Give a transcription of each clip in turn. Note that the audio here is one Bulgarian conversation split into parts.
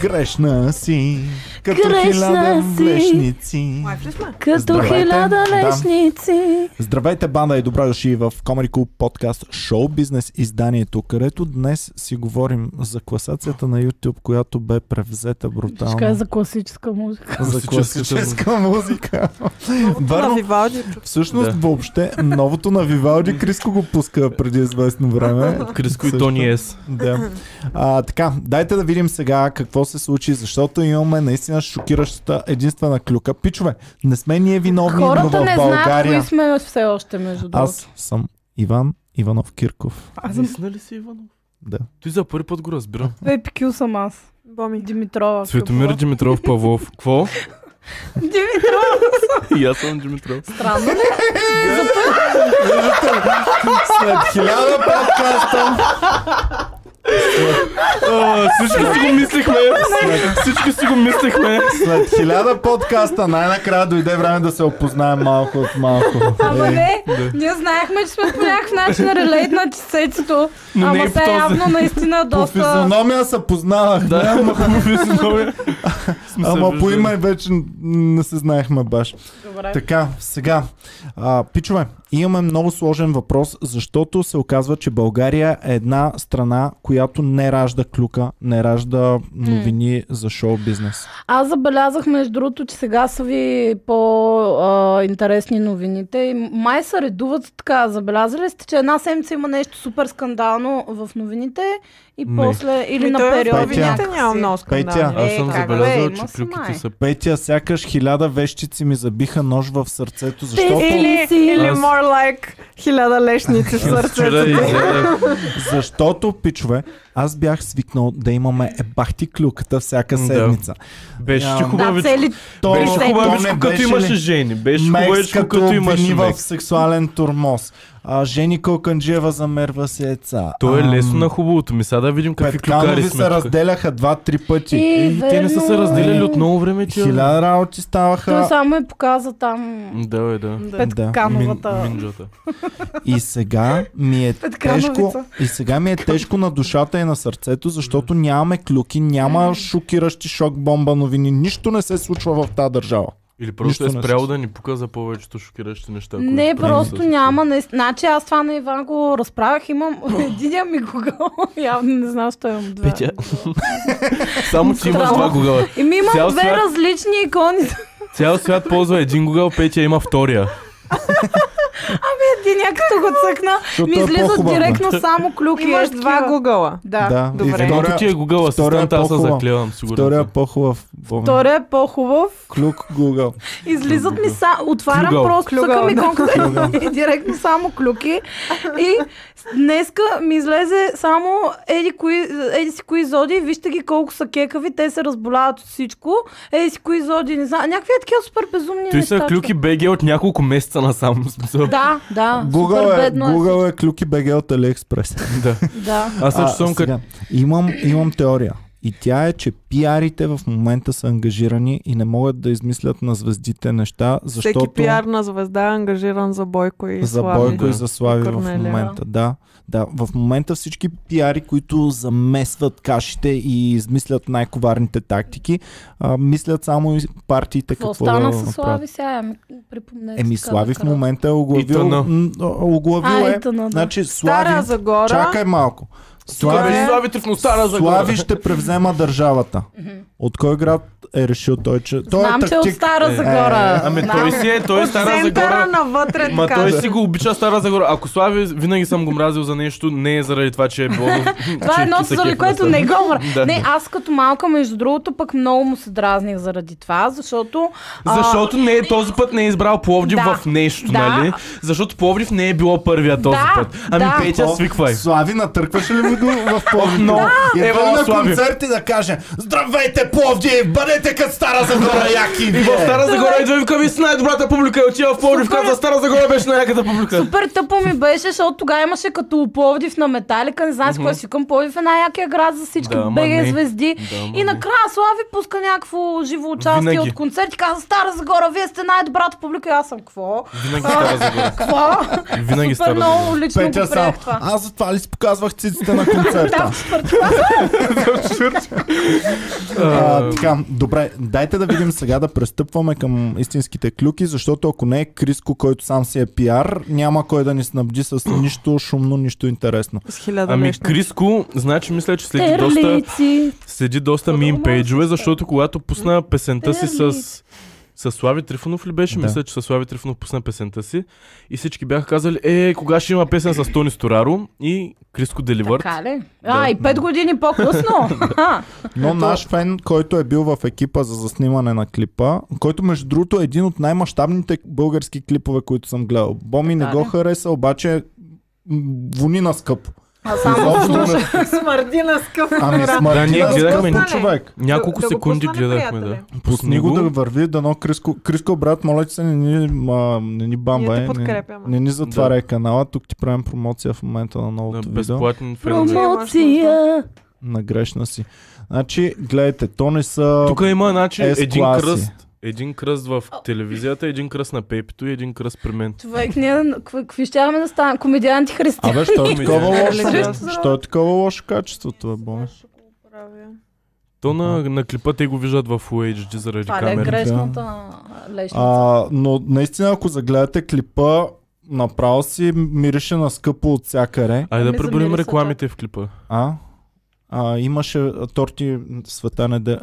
Грешна си, като Грешна хиляда си. млечници. Лайфли сме. Като Здравейте. хиляда Да. лешници. Здравейте, банда и добре дошли в Comedy Club подкаст Шоу Бизнес изданието, където днес си говорим за класацията на YouTube, която бе превзета Ще кажа брутално. за класическа музика. За класическа музика. На Върно, Вивалди. всъщност Да. въобще новото на Вивалди Криско го пуска преди известно време. Криско и Също. Тони е Ес. Да. А, така, дайте да видим сега какво се случи, защото имаме наистина шокиращата единствена клюка. Пичове, не сме ние виновни, но Хората в не знаят България. кои сме все още, между другото. Аз съм Иван Иванов Кирков. Аз съм... Наистина ли си Иванов? Да. Той за първи път го разбира. Епикю съм аз. Боми. Димитрова. Светомир Димитрова. Димитров Павлов. Кво? И аз съм Димитров. Странно ли? След хиляда подкаста. А, Всички си го мислихме. Всички си го мислихме. След хиляда подкаста най-накрая дойде време да се опознаем малко от малко. Ама Е, не, Да. ние знаехме, че сме по някакъв начин релейт на чесецето. Но не Ама и по се този. явно наистина По доста... физиономия се познавах. Да, ама хубаво физиономия. е. Сме се Ама по виждали. име вече не се знаехме баш. Добре. Така, сега. А, пичове, имаме много сложен въпрос, защото се оказва, че България е една страна, която не ражда клюка, не ражда новини за шоу-бизнес. Аз забелязах, между другото, че сега са ви по-интересни новините. И Май се редуват така. Забелязали сте, че една седмица има нещо супер скандално в новините и Не. после или Ми на Ами той в периоди новините новините някакси. няма много Петя. скандали. Аз Е, съм как забелязал, бе, има че си клюките май. са... Петя, сякаш хиляда вещици ми забиха нож в сърцето, защото, Или, Аз- или more like хиляда лешници в Вчера сърцето. изгледах. защото, пичове, аз бях свикнал да имаме ебахти клюката всяка Да. седмица. Беше ти Да, Да, хубавичко. цели То, Беше то не хубавичко, като беше имаше ли? жени. Беше Мекс хубавичко, като като вини имаше в мекс. сексуален турмоз. А, Жени Калканджиева замерва си яйца. То е Ам, лесно на хубавото ми. Сега да видим какви клюкари Петканови сме. се тук. разделяха два-три пъти. И, Е, Те не са се верно. разделяли от много време, че... Хиляда работи той ставаха само е показа там Да, бе, да. Петкановата. Мин- Минджата. и сега ми е Петкановица. тежко и сега ми е тежко на душата и на сърцето, защото нямаме клюки, няма шокиращи шок бомба новини, нищо не се случва в тази държава. Или просто Нищо е не спрял се- да ни пука за повечето шокиращи неща. които Не, преди са просто се няма. Не, значи аз това на Иван го разправях. Имам единия ми гугъл. Явно не знам, що имам две. Петя. случили. Само ти имаш Странно. два гугъла. И ми имам Цял две свят. различни икони. Цял свят ползва един гугъл, Петя има втория. Единия като го цъкна, Защото ми е излизат по-хубав, директно само клюки. Имаш е два такива. гугъла. Да. да. И добре. Едното втория, ти е гугъл, а втория е сестраната аз се по-хубав. заклевам, сигурно. втория е съм. по-хубав. Боми. Втория е по-хубав. Клюк Google. Излизат ми са... Отварям Клюгъл. просто, Клюгъл, цъкам да. иконката и директно само клюки. И с- днеска ми излезе само еди, кои, еди си кои зоди. Вижте ги колко са кекави. Те се разболяват от всичко. Еди си кои зоди. Не знам. Някакви е такива супер безумни Той са неща. клюки БГ от няколко месеца насам. в смисъл. Да, да. супер Google е, бедно е Google е клюки БГ от AliExpress. Да. Да. Аз също съм като... сега, имам, имам теория. И тя е, че пиарите в момента са ангажирани и не могат да измислят на звездите неща, защото Всеки пиар на звезда е ангажиран за Бойко и за Слави. Бойко и Да. за Слави И в Корнелия. момента. Да. да, в момента всички пиари, които замесват кашите и измислят най-коварните тактики, а, мислят само и партиите Какво какво, стана да с направят. Слави сега? Ами, Припомнете. Еми така, Слави в накратко. момента е И оглавил, тъна. м, оглавил А, е. и тъна, да. Значи Стара Слави, Загора. чакай малко. Тук Слави, е- беше славите в Мостара за Слави ще превзема държавата. От кой град е решил той, че... Той Знам, е че е от тактик. Стара Е, Загора. Ами Знам. той си е, той е От Стара центъра Загора. навътре, Ма така. той си го обича Стара Загора. Ако Слави винаги съм го мразил за нещо, не е заради това, че е било... Това е едното, заради което не го говоря. Да. Не, аз като малка, между другото, пък много му се дразних заради това, защото... а, Защото не е, този път не е избрал Пловдив Да. в нещо, Да. нали? Защото Пловдив не е било първия този Да. път. Ами Да. Петя, свиквай. Слави, натъркваше ли му до- в Пловдив? Отново. Идва Ева, на е Слави. концерт и да каже Здравейте, Пловдив! Бъдете Бъдете като Стара Загора, яки! И в вие! Стара Загора идва и вика, ви с най-добрата публика и отива в Пловдив, Супер. казва Стара Загора беше най-яката публика. Супер тъпо ми беше, защото тогава имаше като Пловдив на Металика, не знам си кой си към Пловдив е най-якия град за всички Да, ама не. БГ звезди. Да, ама и не. накрая Слави пуска някакво живо участие Винаги. от концерт и каза Стара Загора, вие сте най-добрата публика и аз съм какво? Винаги Стара Загора. Какво? Винаги Супер Стара Загора. много лично го Петя сам. приех това. Аз затова ли си показвах циците на концерта? а, така, добре, дайте да видим сега да престъпваме към истинските клюки, защото ако не е Криско, който сам си е пиар, няма кой да ни снабди с нищо шумно, нищо интересно. С хиляда Ами лешници. Криско, значи мисля, че следи доста, Терлици. следи доста Много мим малко Ами, пейджове, са. защото когато пусна песента си с... Терлици. С Слави Трифонов ли беше? Да. Мисля, че с Слави Трифонов пусна песента си. И всички бяха казали, е, кога ще има песен с Тони Стораро и Криско Деливърт. Така ли? А, и пет години по-късно. Аха. Но наш фен, който е бил в екипа за заснимане на клипа, който между другото е един от най-мащабните български клипове, които съм гледал. Боми не Така го ли? хареса, обаче м, вони на скъпо. А само Изобщо не- Смърди на скъп. Ами Да, смърти ние на гледахме скъпо ни- човек. Няколко Да- да го секунди пусна гледахме, да. неприятеля. Пусни го да върви, дано Криско. Криско, брат, моля ти се, не ни, а, не ни бамбай, Ние те не, подкрепяме. не ни затваряй канала. Тук ти правим промоция в момента на на новото видео. безплатен фенове. промоция. На грешна си. Значи, гледайте, то не са... Тук има значи S един Е, класи. кръст. Един кръст в телевизията, един кръст на Пепито и един кръст при мен. Човек, ние какво- какви щяхме да станем? Комедианти християни. Абе, що е такова Ми, лошо? да. Що е такова лошо качеството, бе, Боми? То на, на клипа те го виждат в UHD заради Това ли е камерата. грешната лещница? А, но наистина, ако загледате клипа, направо си мирише на скъпо от всякъде. Айде да Ами, преборим замери се, рекламите в клипа. А? а имаше торти света неделя.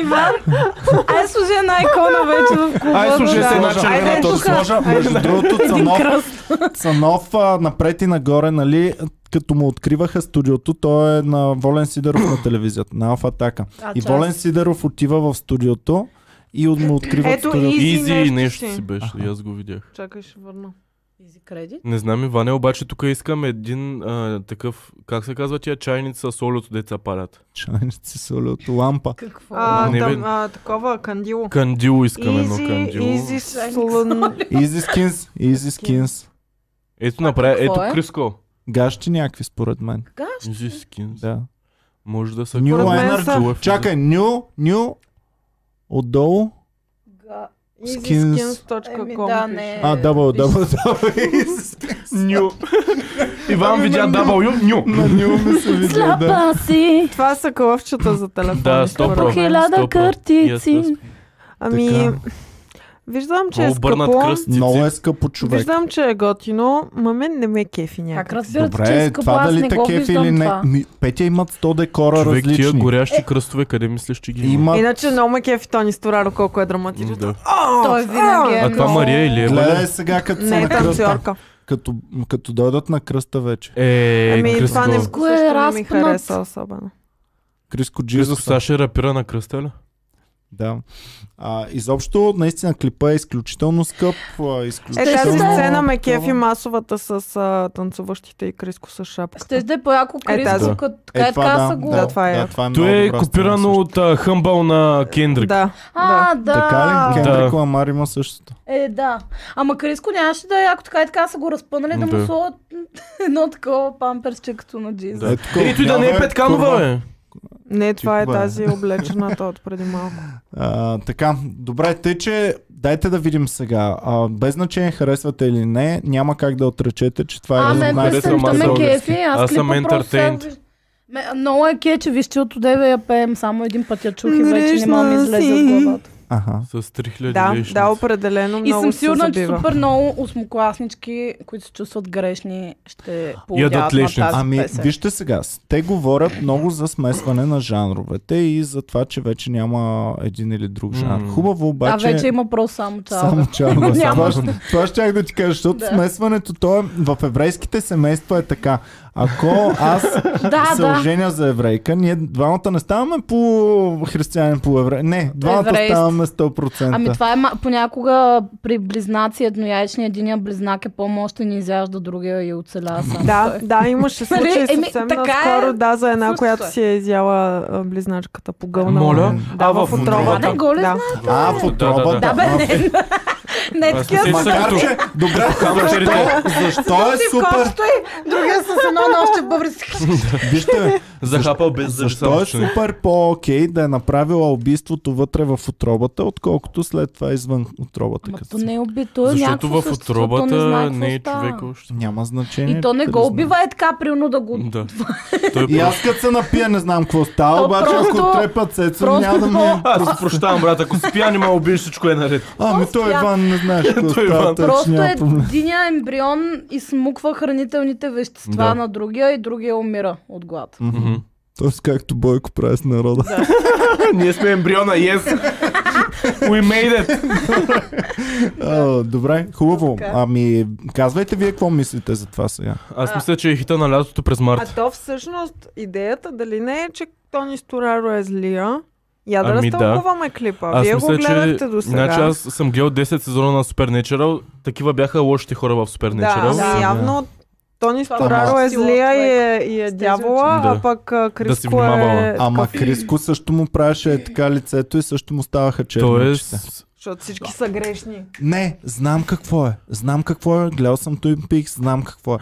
Иван, е ай служи една икона вече в клуба. Ай, служи да. се е една червена Айде, точка. тука. Сложа, между другото, Един Цанов, кръст. Цанов а, напред и нагоре, нали, като му откриваха студиото, той е на Волен Сидеров на телевизията, на Алфа Атака. А, И чай. Волен Сидеров отива в студиото и от- му откриват Ето студиото. Изи Изи нещо нещо си. си беше, и аз го видях. Чакай, ще върна. Изи кредит. Не знам, Иване, обаче тук искам един а, такъв, как се казва тия чайница с олиото деца палят. Чайници соли от лампа. Какво? А, Не бе. там, а, такова, кандило. Кандило искам едно Изи, кандило. изи, слън... Изи скинс, изи скинс. Ето направя, ето какво е? Криско. Гащи някакви според мен. Изи скинс. Да. Може да са... New Според мен Energy. са- Чакай, ню, ню, отдолу. Га- Еми, Easyskins.com да, пише. не. А, Е, дабл, виж. дабл, дабл. Ню. Иван Ами, видя на W, ню. На ню ми се видя, да. Сляпа си. Това са кълъвчета за телефон. Да, 100 По про. хиляда картици. Ами, Така. виждам, че е Много бърнат скъпо. кръст. Много е скъпо човек. Виждам, че е готино. Ма мен не ме е кефи Как някак. разбирате, че Добре, иска това аз не дали те го кефи виждам или не. това. Ми, Петя имат 100 декора Човек, тия различни. горящи кръстове, къде мислиш, че ги има? Имат... Иначе много ме кефи Тони Стораро, колко е драматично. М, да. Той винаги е А това много- Мария или Ева? ли? Гледай сега като са Не е на кръста. танцорка. Като, като дойдат на кръста вече. Е, Ами Криско. това не, Кръско е също не ми разпнат. хареса особено. Криско Криско Джизус. сега ще рапира на кръста ли? Да. А, изобщо, наистина клипа е изключително скъп. а, Е, Изключително... тази сцена ме такова. кефи масовата с а, танцуващите и Криско с шапката. Ще да е по-яко Криско, да. като така Е, е това, да, каса го. да, Да, това е. да, това е То много е добра сцена копирано също. от а, хъмбъл на Кендрик. Да. А, да. Така ли? Да. Кендрик Ламар има същото. Е, да. Ама Криско нямаше да е, ако така и така са го разпънали, да, Да. му сложат едно такова памперсче като на Джиза. Да. Ето тук Ето и да не е отляво Петканова, курва. бе. Не, това е Тихо, бе. тази облечената от преди малко. А, така, добре, тъй че дайте да видим сега. А, без значение харесвате или не, няма как да отречете, че това е А, един от ме мен най- харесва песента малко ме български. кефи, аз, Аз съм клипа просто сега entertained. виж- Ме, много е кече, виж, че от одеве я пеем, само един път я чух и вече не мога да ми излезе от главата. Аха. С 3000 Да, лишници. да, определено И много съм се сигурна, че забива. супер много осмокласнички, които се чувстват грешни, ще Ядат повлияят на лешница. тази Ами, песен. вижте сега, с- те говорят много за смесване на жанровете и за това, че вече няма един или друг жанр. М. Хубаво А обаче... вече има просто само това. Само чалга. Няма. това, ще- това ще щях да ти кажа, защото Да. смесването то е, в еврейските семейства е така. Ако аз Да, се да. оженя за еврейка, ние двамата не ставаме по християнин, по еврей. Не, двамата Еврейст. ставаме 100%. Ами това е ма- понякога при близнаци еднояични единия близнак е по-мощен и изяжда другия и оцеля сам. Да, да, имаше случай е. Нали, еми, съвсем така е. наскоро, да, за една, Случва която се. си е изяла а, близначката по гълна. Моля? Да, А, в, в отровата. отровата. Не го ли да. А, в Да, да, да. отробата. е- Да, бе, не. не Аз такива. мисля, че Макар, Същото. че... Добре, Само черите. защо е супер? Другия с едно нощче бъбри Вижте, Захапал без зъби. защо е само че не. супер по-окей да е направила убийството вътре в отробата, отколкото след това извън отробата. Ама като то се- не е убито, е Защото някакво в същество, то знае отробата какво не е става. човек още. Няма значение. И то не да го знам. убива е така, примерно да го... Да. Той И е аз като се напия не знам какво става, То обаче ако просто- трепат сецо, просто- няма да ми... аз ти прощавам, брат, ако си пиян и ме убиеш, всичко е наред. Ами Просто той я- Иван не знаеш какво Той става, Иван. тъй че Просто няма е проблем. единия ембрион и смуква хранителните вещества Да. на другия и другия умира от глад. Мгм. Тоест както Бойко прави с народа. Е, Ние сме ембриона, yes! We made it! А, Добре, хубаво. Така. Ами, казвайте вие какво мислите за това сега. Аз мисля, че е хита на лятото през А март. то всъщност идеята дали не е, че Тони Стораро е злия? Я да Ами да. разтълкуваме клипа. Аз Вие мисля, го гледахте че... до сега. Значи аз съм гледал 10 сезона на Supernatural. Такива бяха лошите хора в Supernatural. да, Да. да, явно Тони Това Стораро е е сила злия и е, човек. и е С тези дявола, очи. а Да. пък а, Криско внимавала. е... Ама Криско също му правеше е така лицето и също му ставаха черничета. Тоест... Защото всички са грешни. Не, знам какво е. Знам какво е. Гледал съм Twin Peaks, знам какво е.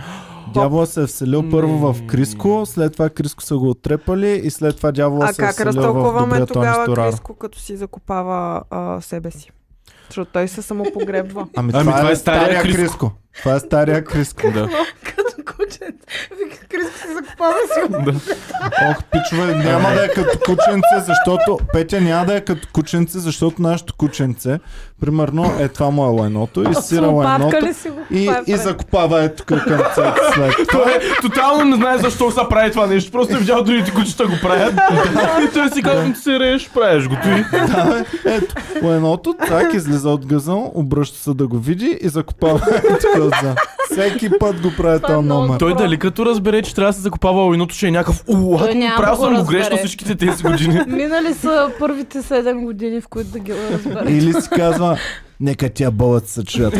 Дявола се е вселил първо в Криско, след това Криско са го оттрепали и след това дявола А се е как вселил в разтълкуваме добрия Тони тогава Стораро. Криско, като си закопава а, себе си? Защото той се самопогребва. Ами, Ами, това, е стария Криско. Това е стария Криско. Да. Като кученце. Вика, Криско се закопава си. Ох, пичове, няма да е като кученце, защото... Петя няма да е като кученце, защото нашето кученце, примерно, е това му е лайното и сира лайното. ли си го? И, Това е и пред. закопава е тук към цето след това. Той е, тотално не знае защо се прави това нещо. Просто е видял другите кучета го правят. И той си казва, ти се рееш, правиш го ти. Да, бе. Ето, лайното, так излиза от газон, обръща се да го види и закопава е тук отзад. Всеки път го прави Това е този много номер. Той дали като разбере, че трябва да се закопава лойното, ще е някакъв уу, Той няма правил да го съм го грешно разбере. всичките тези години. Минали са първите 7 години, в които да ги разбера. Или си казва, нека тя болът се чуят.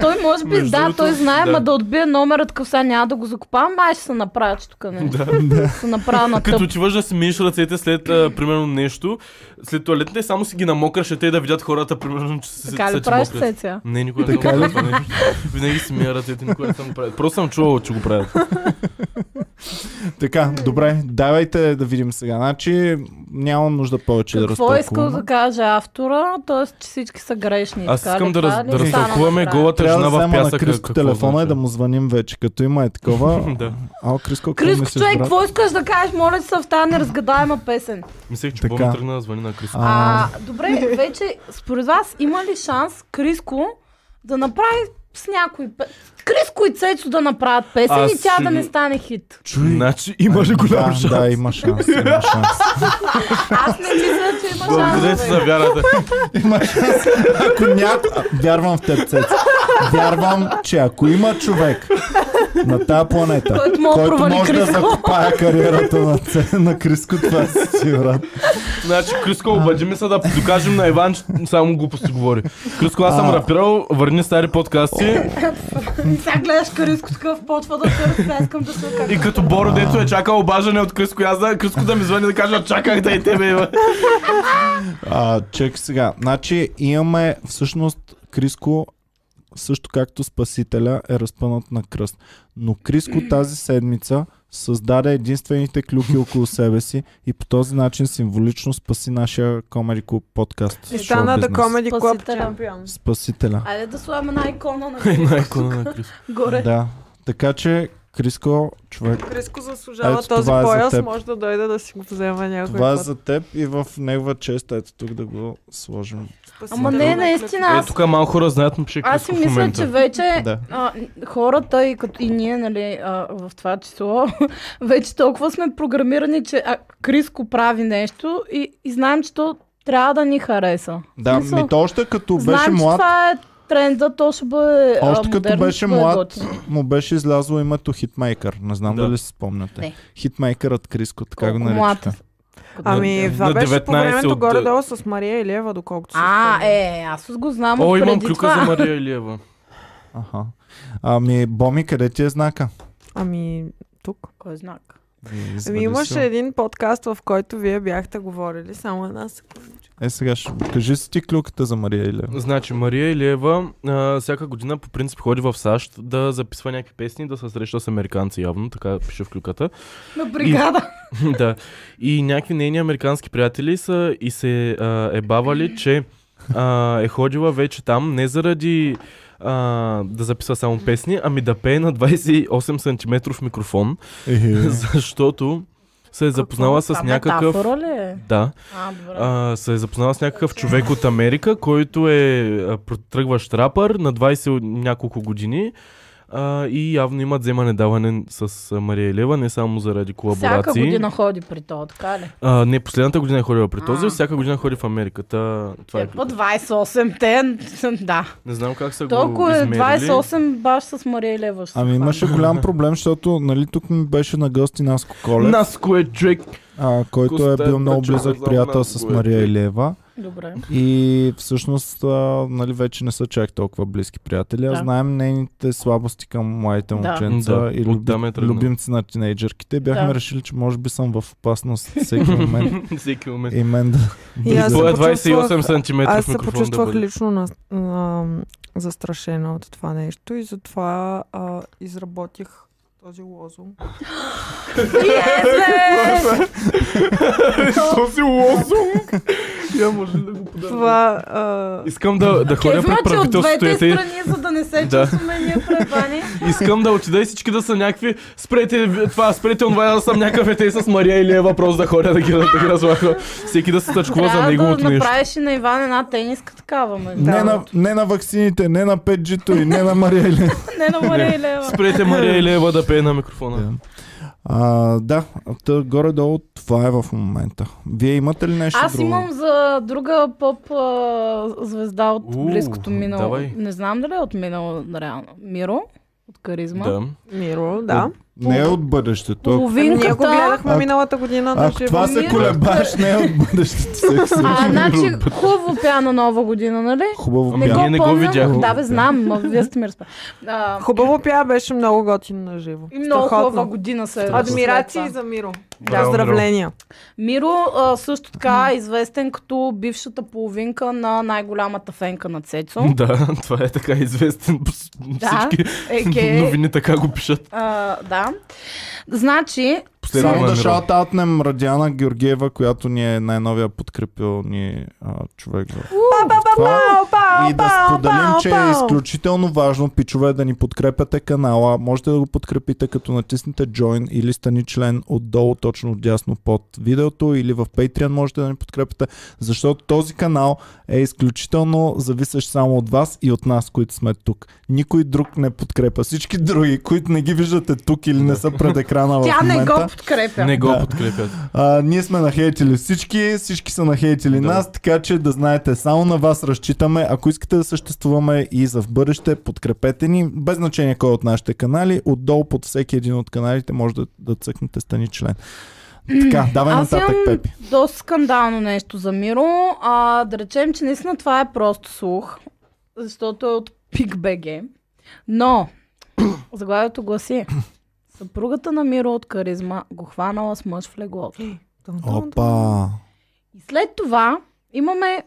Той може би, Между да, другото, той знае, да. ма да отбие номерът, къв сега няма да го закопавам, май ще се направя, че тук не. Да. Се направя на тъп. Като отиваш да си миеш ръцете след, а, примерно, нещо, след туалетните, само си ги намокраш, а те да видят хората, примерно, че се Така ли се правиш чмокрят. сеция? Не, никога не Така съм ли? правил това нещо. Винаги си мия ръцете, никога не съм го правил. Просто съм чувал, че го правят. Така, добре, давайте да видим сега. Значи нямам нужда повече да Какво е искал разтълкуваме. да каже автора, т.е. че всички са грешни. Аз Е, така ли? искам да, Това раз, ли да стана разтълкуваме накрая? голата Трябва жена да в взема на значи? пясъка. Криско какво телефона и означава. да му звъним вече, като има е такова. Да. Ало, Криско, какво Криско, мислиш, човек, брат? какво искаш да кажеш? Моля ти се в тази неразгадаема песен. Мислех, че Така. така. Боми тръгна да звъни на Криско. А. А, добре, вече според вас има ли шанс Криско да направи с някой пе- Криско и Цецо да направят песен Аз и тя да си- не стане хит. Чуй. Значи имаш голям да, шанс. Да, има шанс. Има шанс. Аз не мисля, че има Благодаря шанс. ти бе. за вярата. Има шанс. Ако няко... а, Вярвам в теб, Цец. Вярвам, че ако има човек на тази планета, Който мога е да провали може да Криско. закопае кариерата на, Ц- на Криско, това си си, брат. Значи, Криско, обади ми се да докажем на Иван, че само глупости говори. Криско, аз съм А. рапирал, върни стари подкасти Сега гледаш Криско такъв, почва да се разплескам да се и като Боро, дето е чакал обаждане от Криско, и аз да, Криско да ми звъни да кажа, чаках да и тебе, Ива. А, чек сега. Значи имаме всъщност Криско също както Спасителя е разпънат на кръст. Но Криско тази седмица създаде единствените клюки около себе си и по този начин символично спаси нашия Comedy Club подкаст. И стана да шоу-бизнес. Comedy Club Спасителя. чемпион. Спасителя. Айде да слагаме една икона на Една Криско икона на Криско. горе. Да. Така че Криско, човек, Криско заслужава Ето, този това е за пояс, теб. може да дойде да си го вземе някой това е път. за теб и в негова чест. Ето тук да го сложим. Спасителя Ама не, на наистина, Е, аз тук малко хора знаят, му пише Аз Криско си в мисля, че момента. вече Да. а, хората и, като, и ние, нали, а, в това число, вече толкова сме програмирани, че а, Криско прави нещо и, и знаем, че то трябва да ни хареса. Да, Смисъл, ми то още като знаем, беше че млад, това е тренда, то ще бъде а, Още като модерно, е беше ще бъде млад, готино. му беше излязло името Хитмейкър. Не знам Да. дали си спомняте. Не. Хитмейкърът Криско, така го Колко наричаха. млад. На- Ами, това на беше по 19 времето от- горе-долу с Мария Илиева, доколкото се А, спомням. е, аз го знам О, от имам преди клюка за това. Мария Илиева. Аха. Ами, Боми, къде ти е знака? Ами, тук. Кой знак? Ами Извади си го. имаше един подкаст, в който вие бяхте говорили. Само една секундичка. Е, сега ще... Кажи си ти клюката за Мария Илева. Значи, Мария Илиева а, всяка година по принцип ходи в САЩ да записва някакви песни, да се среща с американци явно, така пише в клюката. На бригада. да. И някакви нейни американски приятели са и се а, ебавали, че а, е ходила вече там не заради а, да записва само песни, ами да пее на 28 см микрофон, Е, защото се е запознала с Това някакъв... Метафора ли е? Да, А, добре. а, се е запознала с някакъв човек от Америка, който е а, тръгващ рапър на 20 няколко години. А, и явно имат вземане-даване с а, Мария Елева, не само заради колаборации. Всяка година ходи при то, така ли? А, не, последната година е ходила при този, А. всяка година ходи в Америка. Та, това е, Е, по 28 те, да. Не знам как са го Толкова е измерили. 28 баш с Мария Лева. ще се Ами хвана. имаше голям проблем, защото нали тук ми беше на гости Наско Колев, Наско е човек. а, който е Костата, бил много че близък го знам, приятел Наско с е Мария човек. Илева. Добре. И всъщност а, нали, вече не са чак толкова близки приятели, а Да. знаем нейните слабости към младите Да. момченца Да, и оттам е люби, тръгнал. любимци на тинейджърките. Бяхме Да. решили, че може би съм в опасност всеки момент Всеки момент. и мен да И аз влиза. Той е се почувствах- 28 см Аз се микрофон да почувствах бъде. лично на, на, застрашена от това нещо и затова а, изработих този лозунг. Е, Yes! Този лозунг! Я може ли да го подам? Това а, Искам да, да ходя Кефма, пред че Е, от е правителството двете и те- страни, за да не се Да. чувстваме ние пребани. Искам да отида и всички да са някакви. Спрете ви- това, спрете онова, аз съм някакъв ете с Мария Илиева, просто да ходя да ги, да ги разлаха. Всеки да се тъчкува за Трябва неговото да нещо. направиш и на Иван една тениска такава, между Не, на, другото. не на ваксините, не на 5G-то и не на Мария Илева. Не на Мария Лева. Спрете Мария Илиева да пее на микрофона. Да. А, да, тъ, горе-долу това е в момента. Вие имате ли нещо Аз друго? имам за друга поп а, звезда от У, близкото минало. давай. Не знам дали е от минало, реално. Миро от Каризма. Да. Миро, да. Не е от бъдещето. Ами, ние го Половинката. гледахме А- миналата година на Ако живо. това се Миро. колебаш, не е от бъдещето. всеки случай. А, значи, хубаво пяна нова година, нали? Хубаво Ами, Не го ние не го помня. видяхме. Да, бе, знам, но вие сте ми разпа. А, Хубаво пя беше много готин на живо. и много Страхотно. хубава година се е. Адмирации след това. за Миро. Браво, Миро. Поздравления. Миро а, също така е известен като бившата половинка на най-голямата фенка на Цецо. Да, това е така известен. по с- Да, Всички е. Еке, новини така го пишат. а, да. Значи, Последно Само е да Миро. шаутаутнем Радиана Георгиева, която ни е най-новия подкрепил ни а, човек. в това. И да споделим, че е изключително важно, пичове, да ни подкрепяте канала. Можете да го подкрепите като натиснете Join или стани член отдолу, точно дясно под видеото или в Patreon можете да ни подкрепите, защото този канал е изключително зависещ само от вас и от нас, които сме тук. Никой друг не подкрепя. Всички други, които не ги виждате тук или не са пред екрана в Тя момента. не го подкрепя. Не го Да. подкрепят. А, ние сме нахейтили всички, всички са нахейтили да. Да. нас, така че да знаете, само на вас разчитаме. Ако искате да съществуваме и за в бъдеще, подкрепете ни, без значение кой от нашите канали. Отдолу под всеки един от каналите може да, да цъкнете стани член. Така, давай Аз нататък, имам Пепи. доста скандално нещо за Миро. А, да речем, че наистина това е просто слух, защото е от PIC.BG. Но, заглавието гласи, съпругата на Миро от Каризма го хванала с мъж в леглото. Е, Опа! И след това имаме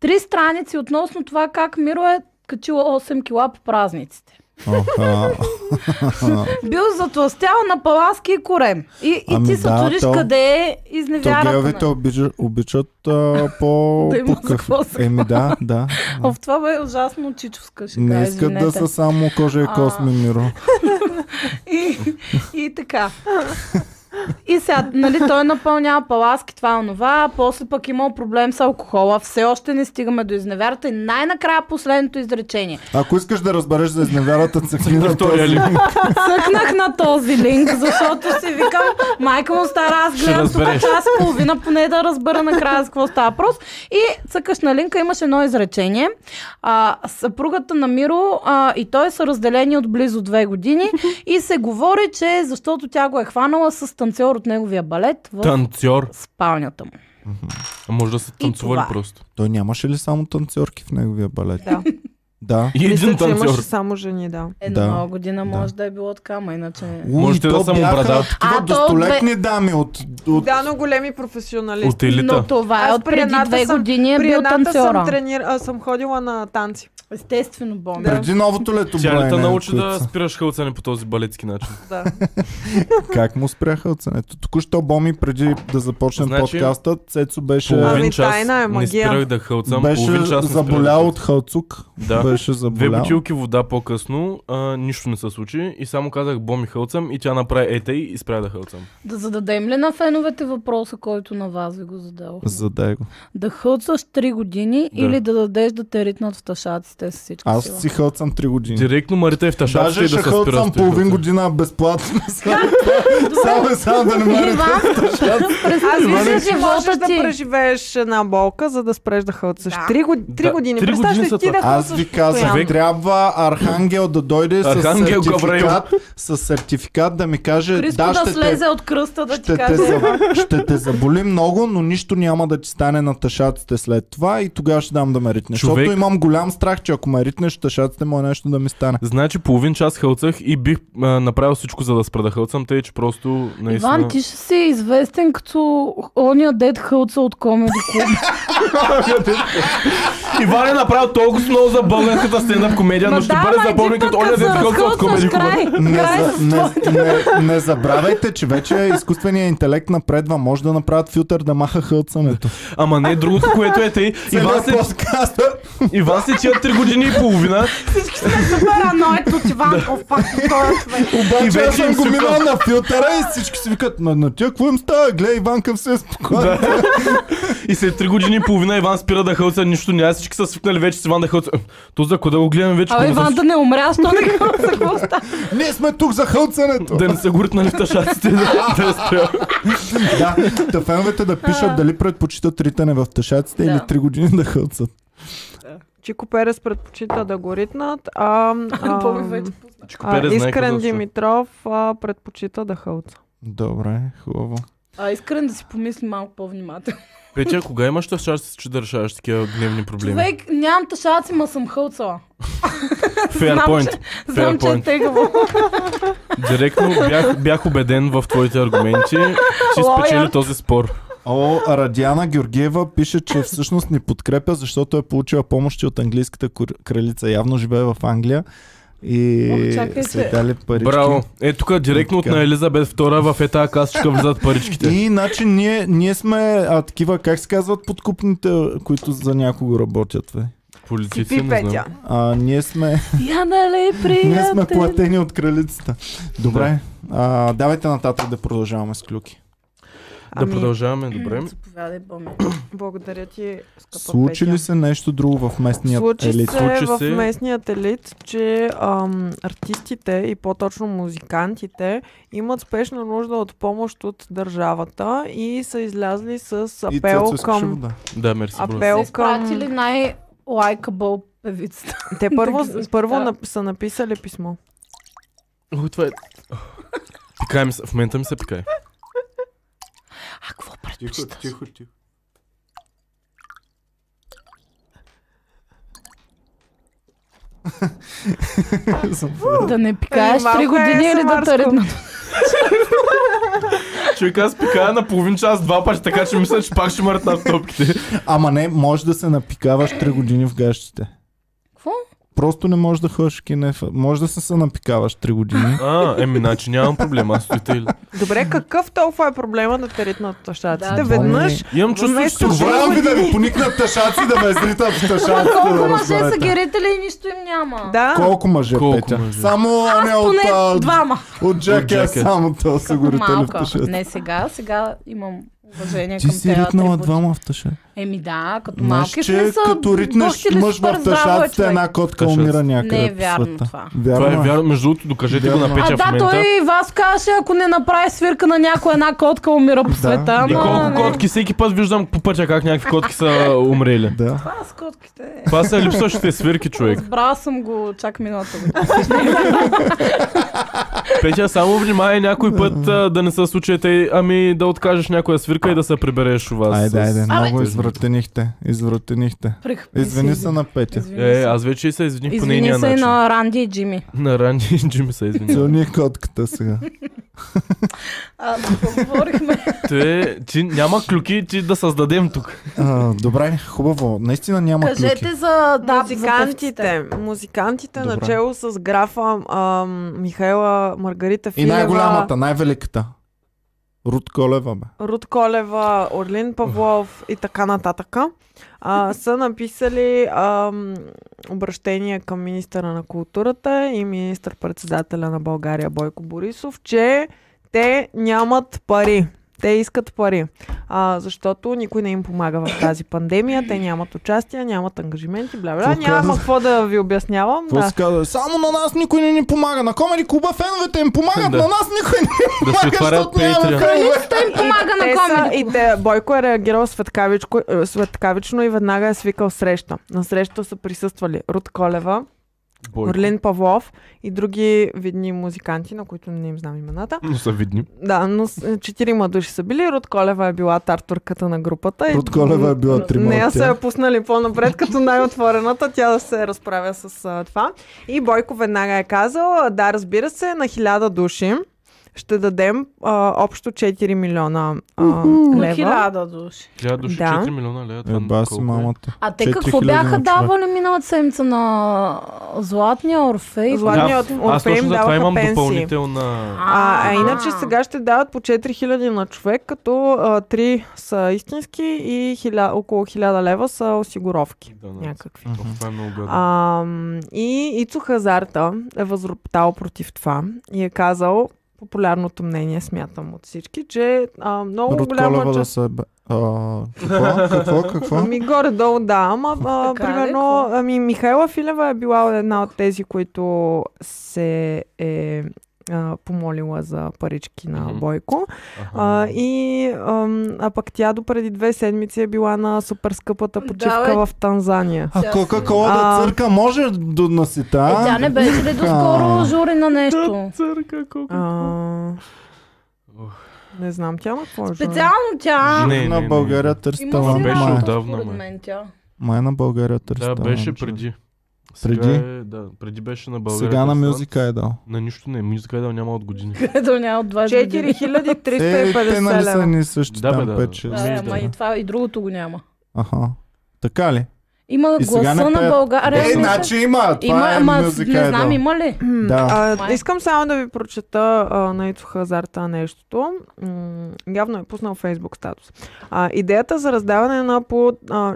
три страници относно това как Миро е качила 8 кила по празниците. Оха. Бил затластял на паласки и корем. И, и Ами ти се да, чудиш то- къде е То изневярата. геовете на- обичат, обичат а, по... Да има по за какво се Еми да, да. О, в това бе ужасно чичовска шега, Не искат да извинете. са само кожа и А. косми, Миро. И, и така. И сега, нали, той напълнява паласки, това и онова, после пък имал проблем с алкохола, все още не стигаме до изневярата и най-накрая последното изречение. Ако искаш да разбереш за изневярата, цъкни на Втория този линк. линк. Цъкнах на този линк, защото си викам, майка му стара, аз Ще гледам тук разбереш. час и половина, поне да разбера накрая за какво става въпрос. И цъкаш на линка, имаш едно изречение. А, съпругата на Миро а, и той са разделени от близо две години и се говори, че защото тя го е хванала с танцор от неговия балет в Танцор. спалнята му. А може да са танцували това. просто. Той нямаше ли само танцорки в неговия балет? Да. Да. И Мисля, един че имаше танцор. само жени, да. Една Да. нова Е, година може да е било така, ама иначе... Уй, Можете то да са му бяха брада. Такива А, то достолетни дами от... от... Да, но големи професионалисти. От елита. Но това е Аз от при преди едната две съм- години е При бил едната танцора. съм, тренир... а, съм ходила на танци. Естествено, бомба. Да. Преди новото лето Тя ли те броене, научи които да са. спираш хълцане по този балетски начин? Да. Как му спряха оценето? Току-що Боми, преди да започнем Значи- подкаста, Цецо беше, Ами, Половин час тайна е не магия. спирах да хълцам. беше половин час не спирах да заболял хълцам. от халцук. Да. Беше Две заболял. бутилки вода по-късно, а, нищо не се случи и само казах боми хълцам и тя направи ете и спря да хълцам. Да зададем ли на феновете въпроса, който на вас ви го задал? Задай е го. Да хълцаш 3 години Да. или да дадеш да те ритнат в тъшаците с всички сила? Аз си хълцам 3 години. Директно Марита е в ташата Даже и ще да се спира хълцам с половин хълцане. година безплатно. Само и само да не ме Иван, Аз мисля, Вали. че можеш живота да ти. преживееш една болка, за да спреш да хълцаш. Да. Три, год... три Да, години. три Представяш години ли са ти да това. Аз хълцаш ви казвам, постоянно? трябва Архангел да дойде с Архангел Гавриил. сертификат, с сертификат да ми каже, Криско да, да, ще те, слезе от кръста да ти ще, те, каже. за- ще те заболи много, но нищо няма да ти стане на тъшаците след това и тогава ще дам да ме ритнеш. Човек- Защото имам голям страх, че ако ме ритнеш тъшаците, може нещо да ми стане. Значи половин час хълцах и бих а, направил всичко за да спра да хълцам, тъй че просто наистина... Иван, ти ще си известен като ония дед хълца от комеди клуб. Иван е направил толкова много за българската стендъп Е, комедия, но Ма ще да, бъде ама запомнен един път като оня като дед се хълца от комеди разхълцаш, клуба. край. Не, Край за, с не, не, не забравяйте, че вече изкуственият интелект напредва. Може да направят филтър да маха хълцането. Ама не, другото, което е тъй, Иван Целият се, подкаст. Иван се чия 3 години и половина Всички сме супер аноид от Иванков, пак този човек. и Обаче аз вече съм им го сука. минал на филтъра и всички си викат, на, на тя какво им става? Гледай, Иванка все е спокойно. Да. и след 3 години и половина Иван спира да хълца, нищо няма, всички са свикнали вече с Иван да хълца. То за кога го гледам вече, А кога не Иван съм- да не умря, що не хълца, какво става? Ние сме тук за хълцането. да не са го ритнали в тъшаците да, да спря. да, та феновете да пишат дали предпочитат ритане в тъшаците Да. или 3 години да хълцат. Чико Перес предпочита да го ритнат, а, а, Боби Ами вече а, Перес знае какво Искрен да слуша. Димитров а, предпочита да хълца. Добре, хубаво. А, искрен да си помисли малко по-внимателно. Петя, кога имаш тъшаците, че да решаваш такива гневни проблеми? Човек, нямам тъшаци, ма съм хълцала. Fair знам, point. Знам, Fair че е point. тегаво. Директно бях, бях убеден в твоите аргументи, че Лоял. спечели този спор. О, Радиана Георгиева пише, че всъщност ни подкрепя, защото е получила помощи от английската кор- кралица. Явно живее в Англия и Ох, чакай са се. дали парички. Браво. Е, тук директно от Така. на Елизабет II в ета касичка влизат паричките. И иначе ние, ние сме а, такива, как се казват подкупните, които за някого работят. Бе. Политици, Пипи не Петя. знам. А, ние сме, Я нали, ние сме приятел. платени от кралицата. Добре, а, давайте нататък да продължаваме с клюки. Да Ами, продължаваме, добре. Заповядай, Боми. Благодаря ти, скъпа Случи Петя. ли се нещо друго в местния Случи елит? се Случи в се. местният елит, че ам, артистите и по-точно музикантите имат спешна нужда от помощ от държавата и са излязли с И апел Цецо искаше към... вода. Да, мерси, Апел. брат. Са Welcome. изпратили най-лайкабъл певицата. Те Да първо, ги защитават. първо нап- са написали писмо. О, това е... Пикай ми се, в момента ми се пикай. А какво предпочиташ? тихо. Да не пикаеш Малко 3 е години или да самарско. те редна? Човек, аз пикая на половин час два пъти, така че мисля, че пак ще мъртна в топките. Ама не, може да се напикаваш 3 години в гащите. Какво? Просто не можеш да ходиш в кинефа. Може да се се напикаваш 3 години. А, еми, значи нямам проблем, аз стоите ли? Добре, какъв толкова е проблема да те ритнат Да, тъщаците? да. Веднъж Ами, Имам чувство, че е Вместо се обаждам. Позволявам ви да ви поникнат тъшаци да ме зритат в тъшаците. Колко да мъже са разберете. ги ритали и нищо им няма. Да. Колко мъже, Колко Петя? мъже? Само не от, Поне а, двама. от Джаки, Джаки. само те са го Като ритали в малка. тъшаците. Не сега, сега имам уважение Ти към си тези ритнала атрибути. двама в тъша. Еми да, като Знаеш, малки сме че са като ритнеш бухтили мъж супер в здраво е тъшаците, човек. една котка Тъшаци. умира някъде Не е вярно по света. това. Вярно Това е е. вярно. Между другото, докажете го Вярно. е. на А Петя в да, момента. той е и вас каже, ако не направи свирка на някоя една котка, умира по Да. света. И И ама колко не. котки, всеки път виждам по пътя как някакви котки са умрели. Да. Това с котките. е. Това е са липсващите свирки, човек. Разбрала съм го чак миналата година. Петя, само внимай някой път а, да не се случаете, ами да откажеш някоя свирка и да се прибереш у вас. Айде, айде, е С- много Абе. извратенихте. Извратенихте. Прехвърли Извини се. се на Петя. Извини Е, се. аз вече и се извиних по Извини нейния се и начин. на Ранди и Джими. На Ранди и Джими се извиня. Целни котката сега. А, да поговорихме. Те, ти няма клюки, ти да създадем тук. А, добре, хубаво. Наистина няма клюки. Кажете за да, за певците. музикантите. Музикантите Добре. начало с графа ам, Михайла Маргарита И Филева. най-голямата, най-великата. Рут Колева, бе. Руд Колева, Орлин Павлов и така нататък а, са написали ам, обращение към министъра на културата и министър-председателя на България Бойко Борисов, че те нямат пари. Те искат пари, а, защото никой не им помага в тази пандемия, те нямат участие, нямат ангажименти, бла-бла. Какво Няма каза? какво да ви обяснявам. Какво Да. се казва? Само на нас никой не ни помага. На Комери Клуба феновете им помагат, Да. на нас никой не ни Да се помага, отварят защото нямаме Patreon. кръгове. Листа Нали им помага на Те са, комеди. и те, Бойко е реагирал светкавичко, е, светкавично и веднага е свикал среща. На среща са присъствали Рут Колева, Бойко. Орлин Павлов и други видни музиканти, на които не им знам имената. Но са видни. Да, но с- е, четирима души са били. Рут Колева е била тартурката на групата. и- Рут Колева е била трима Нея от са я тях. пуснали по-напред, като най-отворената. Тя да се разправя с а, това. И Бойко веднага е казал, да, разбира се, на хиляда души ще дадем а, общо 4 милиона а, лева. Хиляда души. Тя души Да. 4 милиона лева. това Еба си колко е? мамата. А те 4000 какво на бяха човек. давали миналата седмица на Златния Орфей? Златният Да, Орфей Аз точно им за това даваха имам пенсии. допълнителна... А, а иначе сега ще дават по 4000 на човек, като а, 3 са истински и хиля, около 1000 лева са осигуровки. Да, да. Някакви. Мгм. Това е много гадно. А, и Ицо Хазарта е възроптал против това и е казал популярното мнение, смятам от всички, че а, много Рут голяма Колева да част... се... бе- А, Какво? Какво? Какво? Ами горе-долу да, ама а, Така ли? примерно ами, Михайла Филева е била една от тези, които се е а, помолила за парички на Мгм. Бойко. А, и, ам, а пък тя до преди две седмици е била на супер скъпата почивка бе. в Танзания. А Кока-кола А. да църка може до насита. Е, а? тя не беше ли доскоро жури на нещо? Църка, колко... А, не знам тя на какво е жури. Специално тя... Не, не, на не. България търси Има си талант. беше май. работа, отдавна, според май. мен тя. Май на България търси Да, талант. беше човек. преди. Преди? Сега е, да, преди беше на България. Сега на Търсен. мюзика е дал. На нищо не, мюзика е дал няма от години. Където няма от 20 години. 4350 Е, те нали са лева. ни същи Да, бе, там да. 5-6. Да, Ми, ама да. и това и другото го няма. Аха. Така ли? Има И сега гласа не на пеят. България. Е, мисля. значи има. Има, Това е ама не мюзика е знам дал. има ли. Да. А, Май. искам само да ви прочета а, на Ицо Хазарта нещото. М- явно е пуснал фейсбук статус. А, идеята за раздаване на по а,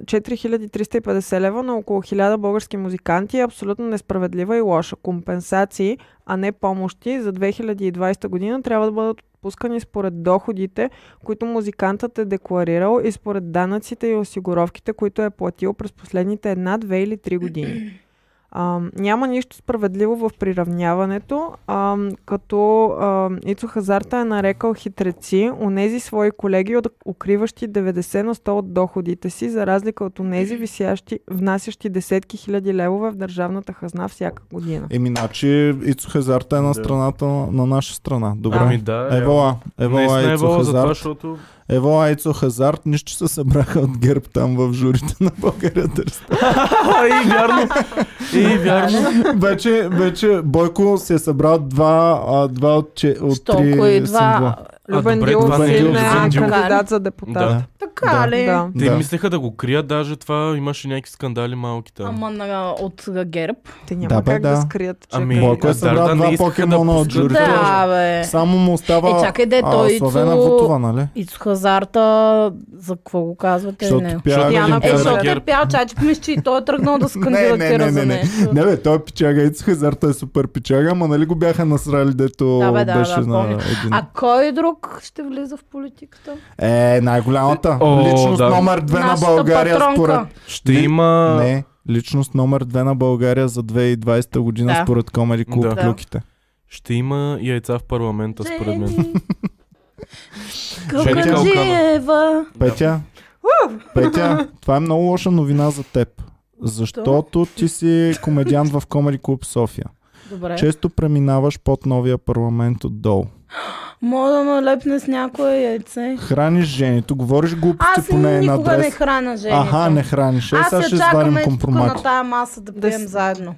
4350 лева на около 1000 български музиканти е абсолютно несправедлива и лоша. Компенсации, а не помощи за 2020 година трябва да бъдат отпускани според доходите, които музикантът е декларирал и според данъците и осигуровките, които е платил през последните една, две или три години. А, няма нищо справедливо в приравняването, а, като а, Ицо Хазарта е нарекал хитреци онези свои колеги, от, укриващи 90 на 100 от доходите си, за разлика от онези, висящи, внасящи десетки хиляди левове в държавната хазна всяка година. Еми, значи Ицо Хазарта е на Да. страната, на наша страна. Ами Добре. да, Евола, евола Наистина е Ицо вала за това, Хазарт. защото... Евола Ицо Хазарт, нищо се събраха от ГЕРБ там в журите на България търси. А, и вярно. И вярно. Вече, вече Бойко си е събрал два, а, два от, че, от Що, кои три е два? символа. Любен добре, Дилов това не е син Любен е Дилов. кандидат за депутат. Да. Да. Така Да. ли? Да. Те Да. мислеха да го крият, даже това имаше някакви скандали малки там. Ама на, от ГЕРБ. Те няма Да, бе, как да, да. скрият, че Ами, кандидат- Бойко е събрал Дардан два не искаха покемона от пускат журито. Да, бе. Само му остава Е, чакай, де, а, той Славена Ицо- Вутова, нали? Ицо Хазарта, за какво го казвате? не. Защото пя Защото Олимпиада. Тя Яна на е, Пева защото е ГЕРБ. пял чачик, мисля, че и той е тръгнал да се Не, не, кандидатира не, за не, не. нещо. Не, бе, той е пичага. Ицо Хазарта е супер пичага, ама нали го бяха насрали, дето Да, бе, да, беше да, на помня. един... А кой друг ще влиза в политиката? Е, най-голямата. О, личност да. номер две на Нашата България, патронка. според... Ще Не, има... Не, личност номер две на България за 2020 година, Да. според Комери Клуб Да. да. Клюките. Ще има яйца в парламента, според мен. Жени. Жени Калкаджиева. Петя, Петя, това е много лоша новина за теб. Защото ти си комедиант в Комери Клуб София. Добре. Често преминаваш под новия парламент отдолу. Мога да налепне с някое яйце. Храниш женито, говориш глупости Аз по нея на никога не адрес. храна жени. Аха, не храниш. Е, Аз сега ще я извадим чакаме тук компромат. на тая маса да Да пием си- заедно.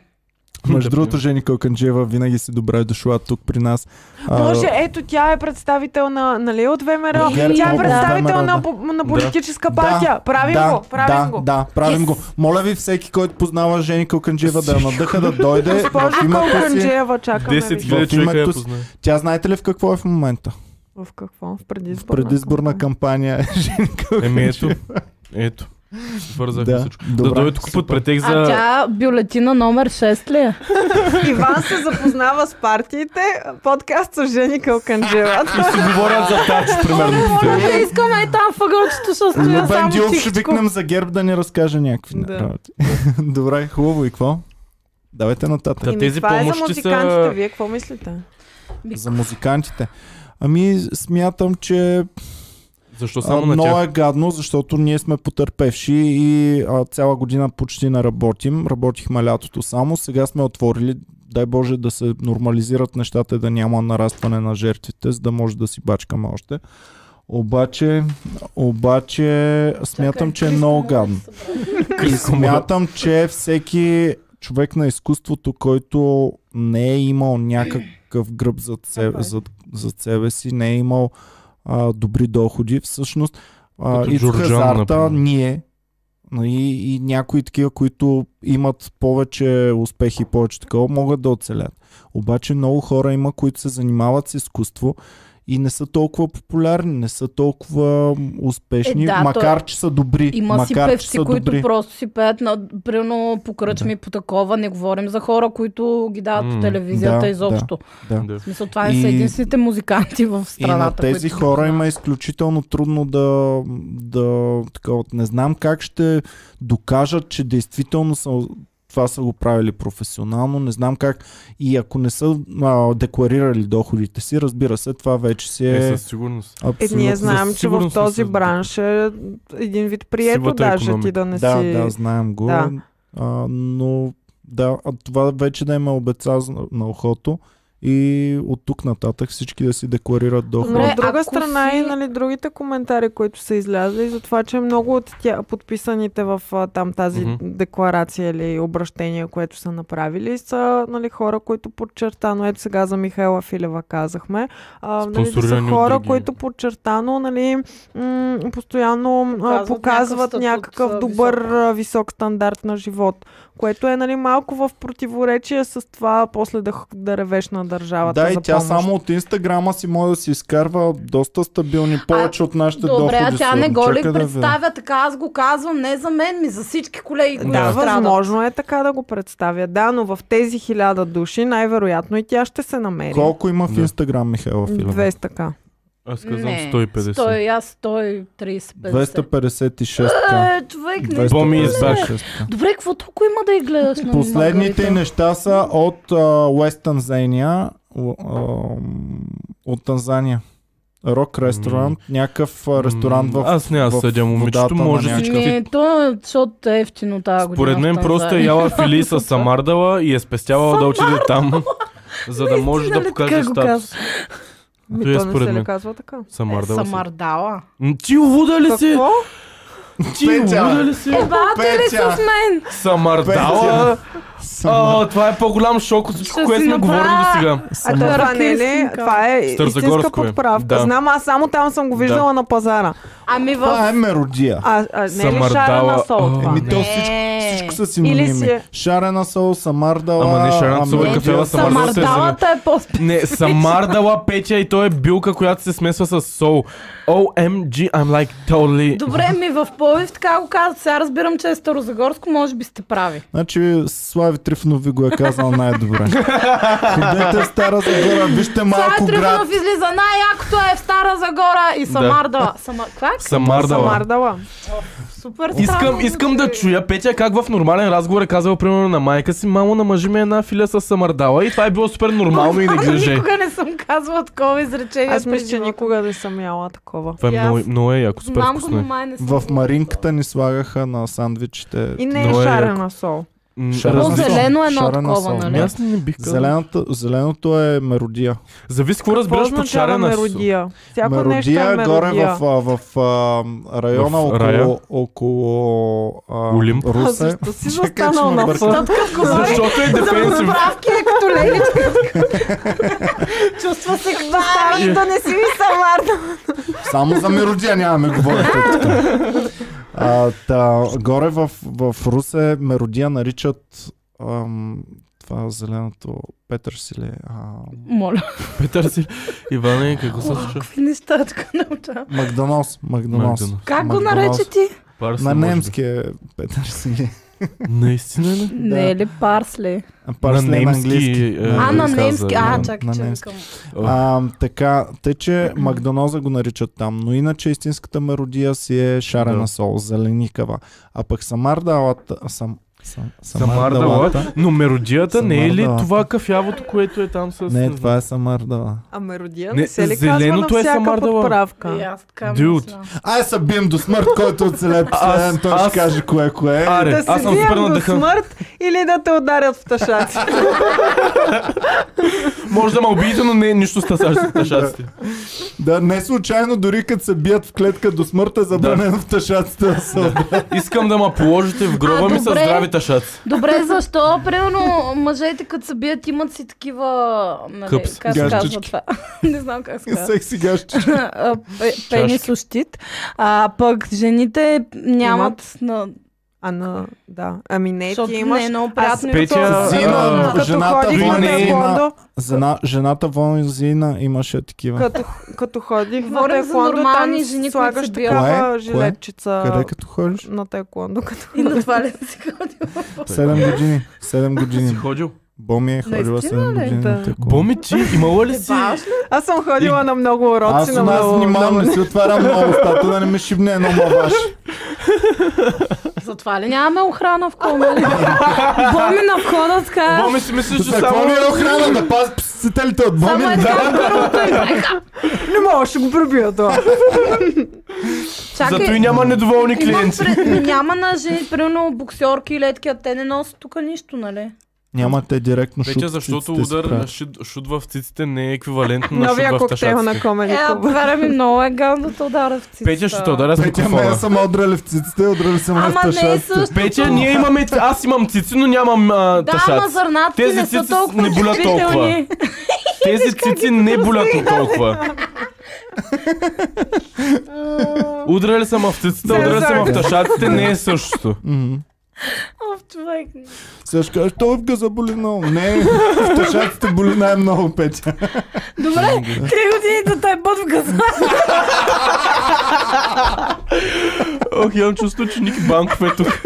Между Да, другото, Жени Калканджева винаги си добре дошла тук при нас. А, Боже, ето тя е представител на, нали, от ВМРО. От ГЕРБ, Тя е от представител ВМРО, на, да. по- на политическа партия. Правим да, го, правим да, го. Да, правим го. Моля ви, всеки, който познава Жени Калканджева, да я надъха, да дойде. в Госпожо името си. Калканджиева, чакаме 10 ви. 000 В човека я името си- познае. Тя знаете ли в какво е в момента? В какво? В В предизборна, предизборна кампания е Жени Еми ето, Калканджиева. Ами ето. Свързахме Да, всичко. Да добре. дойде тук под претекст А за... тя бюлетина номер 6 ли е? Иван се запознава с партиите. Подкаст с Жени Калканджиева. Си говорят за тач, примерно. Моля да искаме и там въгълчето ще стоя Любен само Дилов ще тихичко. викнем за герб да ни разкаже някакви Да. работи. Добре, хубаво и какво? Давайте нататък. Еми, тези това е за помощи са- музикантите. Вие какво мислите? За музикантите. Ами, смятам, че Защо а, само на много тях? е гадно, защото ние сме потърпевши и а, цяла година почти не работим. Работихме лятото само. Сега сме отворили, дай Боже, да се нормализират нещата и да няма нарастване на жертвите, за да може да си бачкаме още. Обаче, обаче, смятам, че е много гадно. И смятам, че всеки човек на изкуството, който не е имал някакъв гръб зад себе, зад, зад себе си, не е имал а, добри доходи, всъщност а, Като и в Джорджан, хазарта например. ние нали, и, и някои такива, които имат повече успехи и повече такова, могат да оцелят. Обаче много хора има, които се занимават с изкуство и не са толкова популярни, не са толкова успешни, Е, да, макар че са добри. Има си макар, че певци, са които добри. просто си пеят, на, примерно по кръчми, по такова. Не говорим за хора, които ги дават М, по телевизията да, изобщо. Да. Да. В смисъл, това не са И- единствените музиканти в И на страната. тези които- хора им е изключително трудно да, да такова, не знам как ще докажат, че действително са, това са го правили професионално, не знам как и ако не са а, декларирали доходите си, разбира се, това вече си Е, е, със сигурност. Е, абсолютно... ние знаем, че в сигурност не този са- бранш е един вид прието Сивата даже ти е економика. да не да, си... да, знаем го, Да. А, но да, а това вече да има обеца за- на ухото и от тук нататък всички да си декларират Но доходите. Добре, от друга ако страна си- и нали, другите коментари, които са излязли, за това, че много от тя, подписаните в а, там тази Мгм. декларация или обращение, което са направили, са нали, хора, които подчертано, ето сега за Михайла Филева казахме, а, нали, да са Спонсорирани от хора, други. които подчертано нали, м- постоянно показват, Показват показват някакъв някакъв, статут, а, добър висок. а, висок стандарт на живот, което е нали, малко в противоречие с това после да, х- да ревеш на държавата Да, и за тя помощ. само от Инстаграма си може да си изкарва доста стабилни, повече от нашите доходи. Добре, а тя са. не го ли Чакай да видя. представя така, аз го казвам не за мен, ми за всички колеги, които Да, да, страдат. възможно е така да го представя. Да, но в тези хиляда души най-вероятно и тя ще се намери. Колко има в Да. Инстаграм, Михайла Филева? 200 така. Аз казвам Не, 150. 100, аз 130-50. 256. Е, човек, не Боми избак. Добре, какво толкова има да я гледаш на Последните Маргарита? неща са от а, Уест Танзания, у- а, от Танзания. Рок ресторант, някакъв а, е ресторант в... Аз не аз в съдя водата момичето, на може да някакъв- си Не, то е, защото е ефтино тази година. Според мен в просто е Танзания. яла фили с самардала и е спестявала да отиде там, за да може да Наистина ли покаже така го статус. Ми, Той е то не според се мен. ли казва така? Е, Самардала. си. Самардала. М, Ти луда ли си? Какво? Ти Петя. луда ли си? Ебате Е, ли Петя. с мен? Самардала? Съм- О, това е по-голям шок от всичко, Ще което си сме говорили направя- до сега. А съм- то това Ракетинска. не е ли? Това е истинска Старозагорско е. подправка. Да. Знам, аз само там съм го виждала Да. на пазара. Ами в... Това е меродия. А, а не е ли шара Самардала. на сол О, ами това? Еми не. то всичко, Не. всичко са Е, Или синоними. си- Шарена сол, самардала, Ама не, шарена сол е амелдия. кафява самар- Самардала се е Самардалата е по Не, самардала петя и то е билка, която се смесва с сол. OMG, I'm like totally... Добре, ми в Пловдив така го казват. Сега разбирам, че е Старозагорско, може би сте прави. Значи Слави Трифонов ви го е казал най-добре. Ходете в Стара Загора, вижте малко град. Сега Трифонов излиза най-якото е в Стара Загора и Самардала. Сама... Каква? е? Самардала. Самардала. Супер Искам, странно искам да звучи. чуя Петя как в нормален разговор е казал примерно на майка си, мамо, намажи ми една филя с самардала и това е било супер нормално и не Буквално грижи. Никога не съм казвала такова изречение. Е, Аз мисля, през че живота. никога не съм яла такова. Това е И аз. много, много е яко, супер Знам го, но вкусно е. май не съм. В Маринката ни слагаха на сандвичите. И не е Много е шарена сол. М, Шарена различно. сол. По-зелено е едно Шарена такова, сол. нали? Ами Аз не бих казал. Зеленото, зеленото е меродия. Зависи какво Какво разбираш под означава шарена сол. меродия? Всяко нещо меродия е горе меродия. в, а, в, а, района В около, рая? около а, Олимп? Аз Русе. Защо си Чакай, застанал че ме на бърка. сол? Защото е дефенсив. Правки е като леличка. Чувства се като Ами стара. да не си ми самарда. Само за меродия нямаме говорите. а, та, горе в, в Русе меродия наричат ам, това зеленото Петърсиле. А, Моля. Петър си. Иване, какво се случва? Какви неща така научавам. Макдоналс. Макдоналс. Макдоналс. Как го Макдоналс. нарече ти? Пар си, На може би. немски е Петърсиле. Наистина ли? Не е ли парсли? Парсле на немски, английски. е, А, на каза, немски. А, да. На чакай, че немски. викам. А, така, те, че Макдоноза го наричат там, но иначе истинската меродия си е шарена Да. сол, зеленикава. А пък Самардалата... Сам, сам, Самардала. Но меродията не е ли Самардала. това кафявото, което е там с... Не, това е Самардала. А меродия Не, не се ли казва на зеленото е всяка самардала. И подправка? аз така Dude. мисля. Ай са бием до смърт, който оцеле последен, той ще аз- каже кое кое е. Аре, Да аз се съм супер бием на до дъха. смърт или да те ударят в тъшаци. Може да ме убиете, но не нищо с тъса- с тъшаците. Да, не случайно, дори като се бият в клетка до смърт, е забранено в тъшаците да се ударят. Искам да ме положите в гроба А, ми с добре. здрави тъшаци. Добре, защо? Примерно, мъжете като се бият имат си такива... Нали, Къпс. Как се казва Гащички. това? Не знам как се казва. Секси гащи. А, пе- Пенисощит. А пък жените нямат на... А на... Да. Ами не, Защото ти имаш... не е много приятно. и Петя, това- Зина, Да. Зина, Като жената ходих на винаги има- теквондо, Зена, жената Вонзина имаше такива. като, като ходих на Говорим за теквондо, там нормални жени, които слагаш се бият. Кое? Кое? такава жилетчица Къде като ходиш? на теквондо. Като... И на това ли си ходила? 7 години. 7 Си години. ходил? Боми е ходила Наистина 7 ли? години. на Да. теквондо. Боми ти, имала ли си? Ебаш ли? Аз съм ходила на много Аз уроци, на съм аз много... внимавам, не си отварям много устата, да не ме шибне едно маваш. Затова ли нямаме охрана в кома? Боми на входа така... Боми си мислиш, че За какво само... ми е охрана да пази псиците ли те от Боми? Само е така в гърлото и така. Не мога, ще го пребия това. Зато Чакай, и няма недоволни имам клиенти. пред- ми няма на жени, примерно боксерки и летки, а те не носят тук нищо, нали? Няма те директно шут. Петя, защото псиците си удар на правят. шут, шут в циците не е еквивалентно на Новия шут в коктейл на тъшаците. Комеди Е, Клуб. повярвай ми, много е гадно да те ударят в цицата. Петя ще те ударя с Петя ме е микрофона. сама удрали в циците, удрали сама в Ама не е тъшаците. също. Петя, ние имаме... Аз имам цици, но нямам а, Да, ама тъшаци. зърнатки Тези не са цици толкова не болят толкова. чувствителни. Тези цици не болят от толкова. Удрали съм в циците, удрали съм в тъшаците, не е същото. Мгм. Оф, човек. Сега ще кажеш, той в газа боли много. Не, в тъшаците боли най-много, Петя. Добре, три години да те бъд в газа. Ох, имам чувство, че Ники Банков е тук.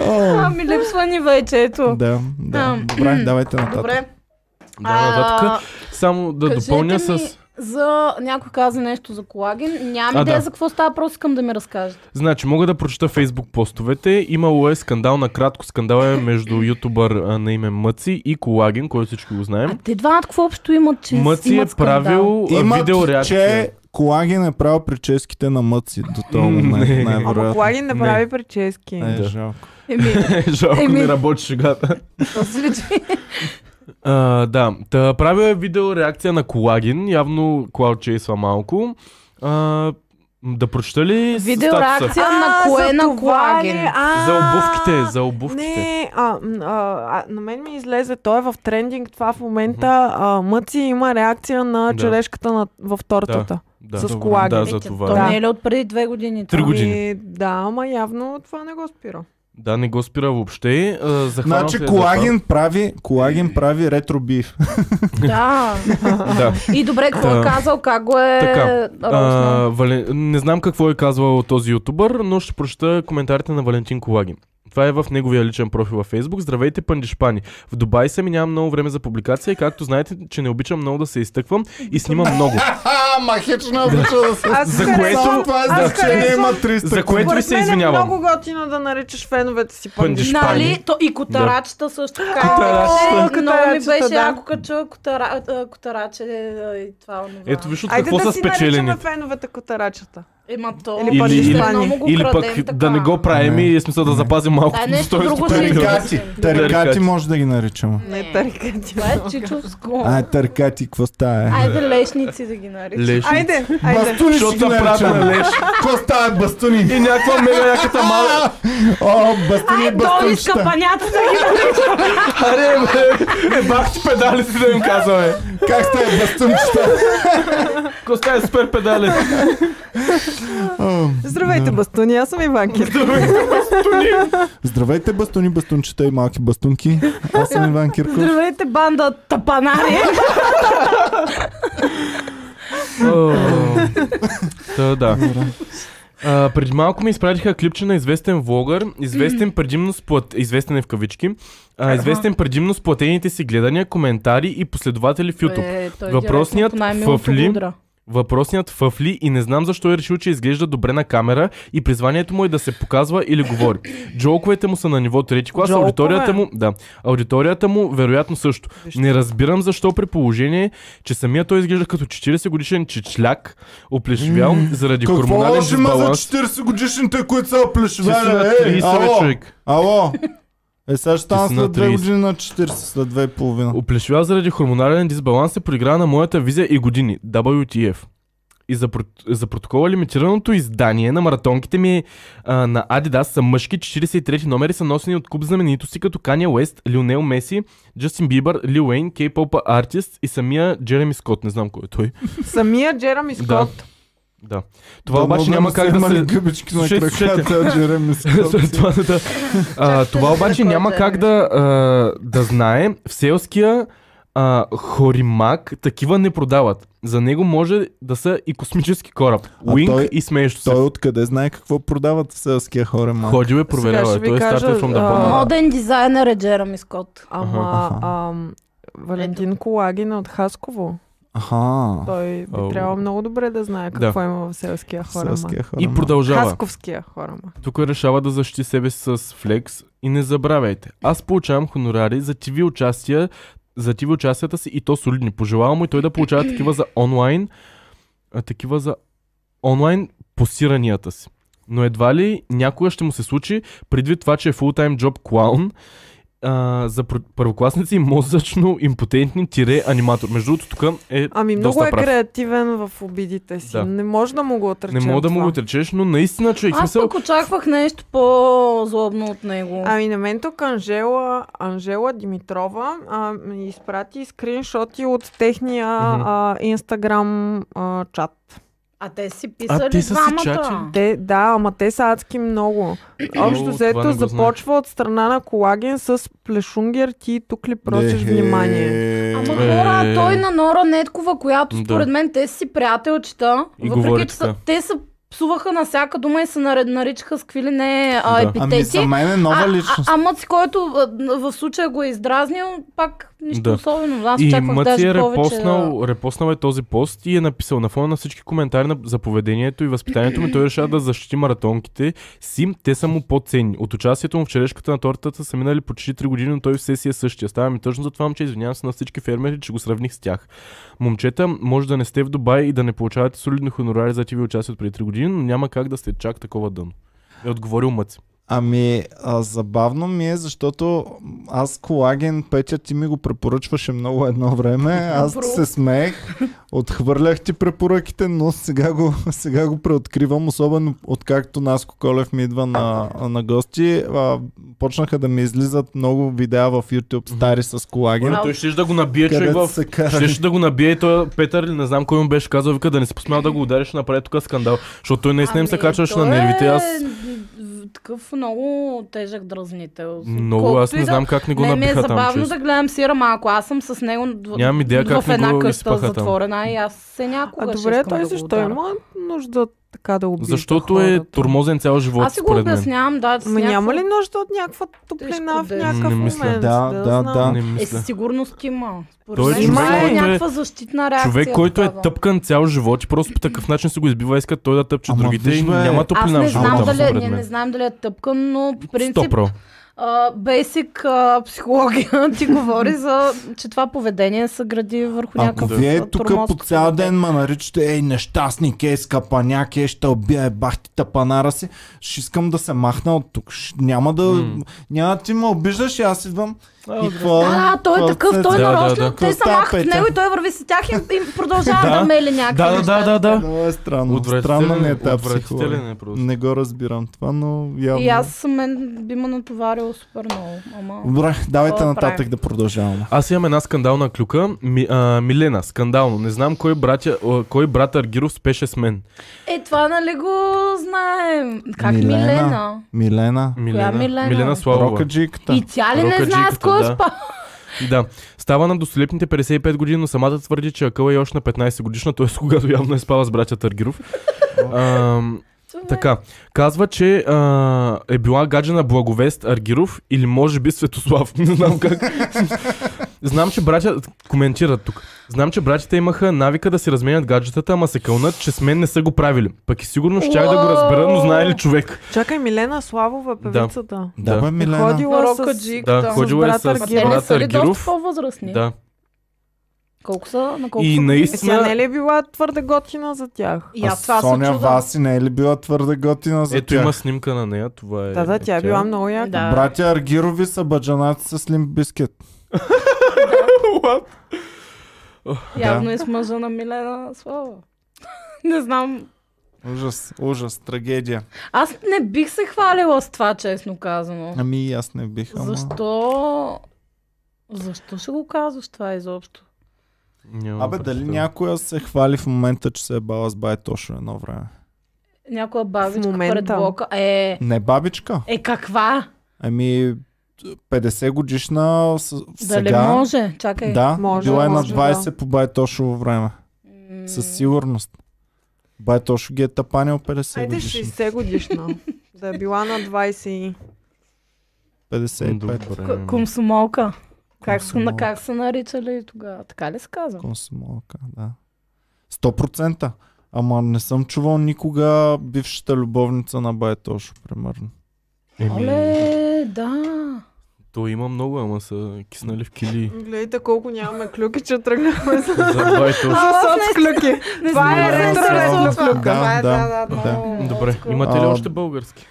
О, Ами липсва ни вече, ето. Да, да. Ам. Добре, давайте нататък. Добре. Да, А, нататък. Само да кажете допълня ми с... За някой каза нещо за колаген. Нямам А, идея да. за какво става, просто искам да ми разкажете. Значи, мога да прочета фейсбук постовете. Имало е скандал на кратко. Скандал е между ютубър а, на име Мъци и Колаген, който всички го А знаем. те двамата какво общо имат, че Мъци е имат скандал? правил а, Имат, видеореакция. че колаген е правил прическите на мъци до този М, не. момент, Ама най-вероятно. Клагин не Не. прави прически. Е, Да. жалко. Еми, Е, Жалко Еми. не работи шегата. то си личи. А, да, та, правя видео реакция на колаген, явно клауд чейсва малко. е А, М, Да прочета ли с- статуса? Видеореакция на кое е за на това колаген. ли? А, За обувките, за обувките. Не, а, м, а, а, на мен ми излезе, той е в трендинг това в момента. А, мъци има реакция на Да. черешката на, в тортата. Да, С Добре. колаген. Да, Е, за че това. То Да. не е ли от преди две години? Три това? години. Ами, да, ама явно това не го спира. да, не го спира въобще. А, захванал Значи се е колаген прави, колаген прави ретро биф. Да. за това. Да. И добре, какво е Да. казал, как го е Така, роснал? А, Вален... Не знам какво е казвал този ютубър, но ще прочета коментарите на Валентин Колагин. Това е в неговия личен профил във Facebook. Здравейте, пандишпани. В Дубай съм и нямам много време за публикация. и Както знаете, че не обичам много да се изтъквам и снимам много. Ха, махична обича да се... Аз За харесвам- което- Само това е аз значение, харесвам- има 300 За което Според ви се мен е извинявам. много готино да наричаш феновете си пандиш. Пандиш. Нали? Шпани. То и котарачета също така. Е, Котарачета. Много ми Котарачета, беше, да. ако кача котара, а, котараче а, и това онова. Ето виж от Айде какво да са си наричаме спечелени. феновете котарачета. Ема то, Или пък ще или- много го Или пък крадем така. да не го правим Не. и в смисъл да запазим малко Да, нещо друго ще пред измислим. нас. Тарикати. Тарикати може да ги наричам. Не. Не тарикати. Това е чичовско. А, тарикати, какво става? е? Айде лешници да ги наричам. Леш. Айде, айде. Бастуни ще Защото ги наричаме. правят леш. Какво става бастуни? И някаква мега яката мала. А, О, бастуни и Ай, той бастунща. иска панята да Е, ги Аре, бе, е, бах ти педалите да им казваме. Как става бастунчета? Коста е супер педали. Ам, Здравейте, бастуни, аз съм Иванки. Здравейте, бастуни, бастунчета и малки бастунки. Аз съм Иван Кирков. Здравейте, банда тапанари. Е, Та, да. А, преди малко ми изпратиха клипче на известен влогър, известен предимно с плат... известен е в кавички, а, известен предимно с платените си гледания, коментари и последователи в YouTube. Е, той Въпросният директно по най-милото фъфли. удра. Въпросният фъфли и не знам защо е решил, че изглежда добре на камера и призванието му е да се показва или говори. Джоковете му са на ниво трети клас, Джокове? аудиторията му, да, аудиторията му вероятно също. Не разбирам защо при положение, че самия той изглежда като 40 годишен чичляк, оплешивял заради Какво хормонален лошо има за дисбаланс. 40 годишните, които са Че са на оплешивали? Ей, 30 бе, Е, ало, човек. ало. Е, сега ще стана Ти си на след 2 30. години на 40, след 2,5. Оплешивял заради хормонален дисбаланс се проигра на моята визия и години. WTF. И за, прот- за протокола лимитираното издание на маратонките ми а, на Adidas са мъжки 43 номери са носени от куп знаменитости като Kanye West, Лионел Меси, Джастин Бибър, Лил Уейн, K-pop артист и самия Джереми Скот. Не знам кой е той. Самия Джерами Да. Скот. Да. Това обаче няма как да се... гъбички на Слушайте, краката, Джереми След това, да. а, това обаче няма как да, а, да знае. В селския а, хоримак такива не продават. За него може да са и космически кораб. А Уинг той- и смеещо се. Той е откъде знае какво продават в селския хора, ма? Ходи бе, Сега проверява. ще ви Той е started кажа, from the а, bottom. Моден дизайнер е Джерами Скот. Ама ам, Валентин Колагин е от Хасково. Аха. Той би Ау. трябвало много добре да знае какво има в селския хорама. Селския хора. И ма. продължава. Хасковския хорама. Тук решава да защити себе си с флекс и не забравяйте. Аз получавам хонорари за TV участия, за TV участията си и то солидни. Пожелавам му и той да получава такива за онлайн, а, такива за онлайн посиранията си. Но едва ли някога ще му се случи, предвид това, че е фултайм джоб клаун, а, за пр- първокласници и мозъчно импотентни тире аниматор. Между другото, тук е Ами много доста е прав. креативен в обидите си. Да. Не може да му го отречем Не мога да му това. го отречеш, но наистина, човек, Аз смисъл, пък очаквах нещо по-злобно от него. Ами на мен тук Анжела, Анжела Димитрова а, ми изпрати скриншоти от техния Мгм. а, инстаграм а, чат. А те си А, писали те са си двамата. чачили. Те, да, ама те са адски много. Общо О, това взето не го започва от страна на колаген с плешунгер, ти тук ли просиш Ехе. внимание? Ама Е. хора, той на Нора Неткова, която Да. според мен те са си приятелчета, И въпреки говори че са, така. те са псуваха на всяка дума и се наред- наричаха с какви ли не а, Ами Да. епитети. за мен е А, нова а, личност. а Мъци, който а, в случая го е издразнил, пак нищо Да. особено. Аз И очаквах Мъци даже е повече. да. репоснал, репоснал е този пост и е написал на фона на всички коментари на, за поведението и възпитанието ми. Той решава да защити маратонките си. Те са му по-ценни. От участието му в черешката на тортата са минали почти 3 години, но той все си е същия. Става ми тъжно за това, момче. Извинявам се на всички фермери, че го сравних с тях. Момчета, може да не сте в Дубай и да не получавате солидни хонорари за TV участие от преди 3 години, но няма как да сте чак такова дъно. Е отговорил Мъци. Ами, а, забавно ми е, защото аз колаген Петя ти ми го препоръчваше много едно време. Аз Бро. се смех, отхвърлях ти препоръките, но сега го, сега го преоткривам, особено откакто Наско Колев ми идва на, на гости. А, почнаха да ми излизат много видеа в YouTube стари с колаген. Е, Той ще да го набие човек Където в... се карали. Щеше да го набие и той Петър или не знам кой му беше казал, вика да не си посмял да го удариш, ще направи тук скандал. Защото той наистина им Е, се Ами, качваше на той нервите. Аз е в- такъв много тежък дразнител. много, Колкото аз не и да- знам как не го Не, ми е набиха там. забавно честно. да гледам сира малко. Аз съм с него дв- Нямам идея как в не една го къща изпаха там. затворена и аз се А някога ще добре, искам той да го защо удара. има нужда така да обижда Защото хората? е турмозен цял живот, Аз си го според мен. обяснявам, да. с Ма Ами няма някакво- ли нужда от някаква топлина Тежко в да е. някакъв Не момент? мисля. Да, да, знам. да. Не Е, мисля. със сигурност има. Според Той мен е има човек, който е- някаква защитна реакция. Човек, който е тогава. тъпкан цял живот и просто по такъв начин се го избива, иска той да тъпче Ама другите виж, и бе, няма Аз топлина в не знам живота, дали, според ние не мен. знаем дали е тъпкан, но по принцип Стопро. а, бейсик а, психология ти говори за, че това поведение се гради върху Ако някакъв вие е а, тук по тормозко цял поведение. ден ма наричате, ей, нещастник, ей, скъпаняк, ей, ще убия, е, бах ти тапанара си, ще искам да се махна от тук. Ще- Няма да... М. Няма да ти ме обиждаш и аз идвам. и какво? Да, да, той Какво е такъв, се- той е Да, да, нарочно, да. те са Какво махат става, Петя? него и той върви с тях и, и продължава Да. да мели някакви Да, да, неща. да, да, да. Много е странно. Странна ми е Отвратителен, тази отвратителен психология. е просто. Не го разбирам това, но явно... И аз съм мен би ме натоварил супер много. Ама... Добре, давайте Какво нататък правим? да продължаваме. Аз имам една скандална клюка. Ми, а, Милена, скандално. Не знам кой, братя, а, кой брат Аргиров спеше с мен. Е, това нали го знаем. Как Милена? Милена. Милена. Милена, Милена? Милена Славова. Рокаджиката. И тя ли не знае с Рокаджийката, кой е да. спа? Да. Става на дослепните 55 години, но самата твърди, че Акъла е още на 15 годишна, т.е. когато явно е спала с братя Аргиров. Ам, Това е. Така, казва, че а, е била гаджена Благовест Аргиров или може би Светослав. Не знам как. Знам, че братя... Коментират тук. Знам, че братята имаха навика да си разменят гаджетата, ама се кълнат, че с мен не са го правили. Пък и сигурно щях да го разбера, но знае ли човек? Чакай, Милена Славова, певицата. Да, Да. бе, Е Е Милена. ходила Рока с... Джик, Да, да. ходила е С с брат Ма те не брат са ли доста Аргиров. по-възрастни? Да. Колко са? На колко И са? Е, Тя не наистина... ли е била твърде готина за тях? И А аз това Соня се чудам. Васи не е ли била твърде готина за Ето тях? има снимка на нея, това е... Да, да, тя е била много яка. Да. Братя Аргирови са баджанаци с Лимп Бискет. Явно е с мъжа на Милена Слава. не знам. Ужас, ужас, трагедия. Аз не бих се хвалила с това, честно казано. Ами и аз не бих. Ама... Защо? Защо ще го казваш това изобщо? Нямам Абе, дали представа. някоя се хвали в момента, че се е бала с бай точно едно време? Някоя бабичка момента. пред блока. Е, Не бабичка. е каква? Ами, 50 годишна с... Дали сега. може? Чакай. Да, Може, била е на може, да. 20 по бай точно време. М, Със сигурност. Бай точно ги е тапанил 50 Айде годишна. 60 годишна. да е била на 20 и... е 55. Добре. к- Комсомолка. Как са, Комсомолка. на как са наричали тогава? Така ли се казва? Комсомолка, да. 100%. Ама не съм чувал никога бившата любовница на Байтошо, примерно. Ами- Еми, Оле, да. то има много, ама са киснали в кили. Гледайте колко нямаме клюки, че тръгнахме с... Забай точно. с клюки. Не Това е Милена знам, ретро Славова. ретро клюка. Да, Това е, да, да, да, да. много Добре, old school. имате ли А, още български?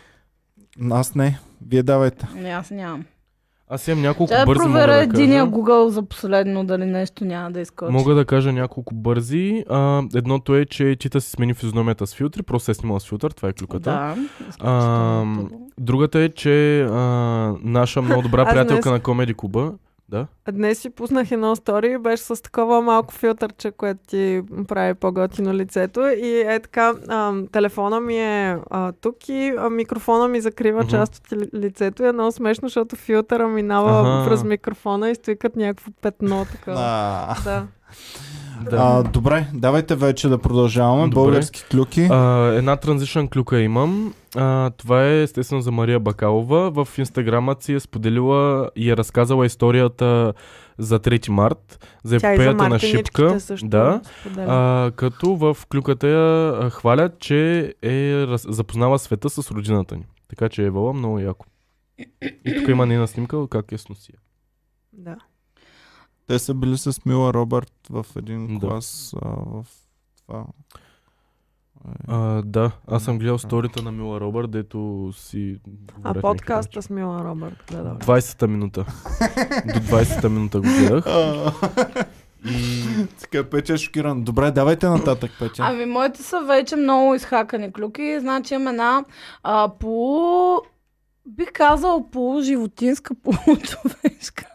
Аз не. Вие давайте. Не, Ами аз нямам. Аз имам няколко Ще да бързи, мога проверя да единия кажа. Google за последно, дали нещо няма да изкочи. Мога да кажа няколко бързи. А, едното е, че Чита си смени физиономията с филтри, просто се е снимала с филтър, това е клюката. Да. Ам, изключително. Другата е, че а, наша много добра Аз приятелка днес- на Комеди Куба, да, Днес си пуснах едно стори и беше с такова малко филтърче, което ти прави по-готино лицето. И е така, ам, телефона ми е а, тук и а, микрофона ми закрива Мгм. част от ли- лицето. И е много смешно, защото филтъра минава Аха. през микрофона и стои като някакво петно. Така. А, да. а, да. добре, давайте вече да продължаваме. Добре. Български клюки. А, една транзишън клюка имам. А, това е естествено за Мария Бакалова. В инстаграма си е споделила и е разказала историята за 3 март, за Тя и за епопеята на Шипка. мартиничките също. Да. споделя. А, като в клюката я а, хвалят, че е раз... запознала света с родината ни. Така че е вала много яко. И тук има нейна снимка, как е с носия. да. Те са били с Мила Робърт в един Да. клас а, в това. А, да, аз съм гледал сторията на Мила Робър, дето си... А говорят подкаста с Мила Робърт. Да, да. някакви неща. 20-та минута. До 20-та минута го гледах. И Така, Петя е шокиран. Добре, давайте нататък, Петя. Ами, моите са вече много изхакани клюки. Значи имам една а, полу... Бих казал полу-животинска, полу-човешка.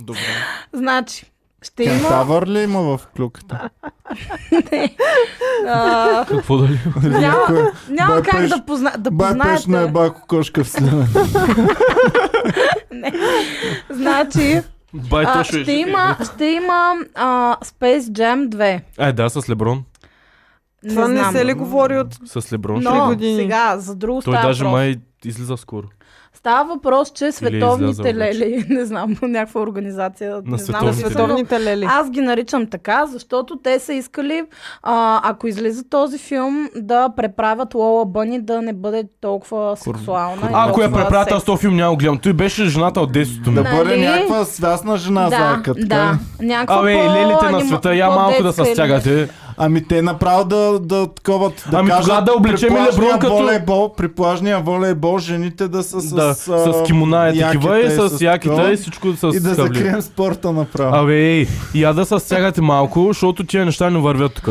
Добре. Значи, ще има... Кентавър ли има в клюката? а, какво дали? няма няма е? Бай как пеш- да, позна, да Бай пеш на познаете. еба кокошка в Сливен. Не. Значи, Бай а, точно е ще живи. има, ще има а, Space Jam 2. Ай, Е, да, с Леброн. Не Това не знам. се ли говори от... С Леброн. ще Но го- години? сега, за друго Той става даже въпрос. май излиза скоро. Става въпрос, че световните излязъл вече. лели, не знам, някаква организация, не знам, световните. световно Световните лели. Аз ги наричам така, защото те са искали, а, ако излезе този филм, да преправят Лола Бъни да не бъде толкова сексуална. и А, ако толкова я преправят, аз Е, секс. този филм няма го гледам. Той беше жената от детството ми. Да Нали? бъде някаква свясна жена да, заека. така да, ли? някаква е. Абе, по- лелите на анима- света, я малко да се по-детска е стягате. Ами те направо да, да такова, да Ами кажат, тогава да облечем при Леброн плажния като- волейбол, при плажния волейбол жените да са с... Да, а, с кимона е такива и яките, с якита такова. и всичко с И да хавли. закрием спорта направо. Абе, ей, я да се стягате малко, защото тия неща не вървят тук.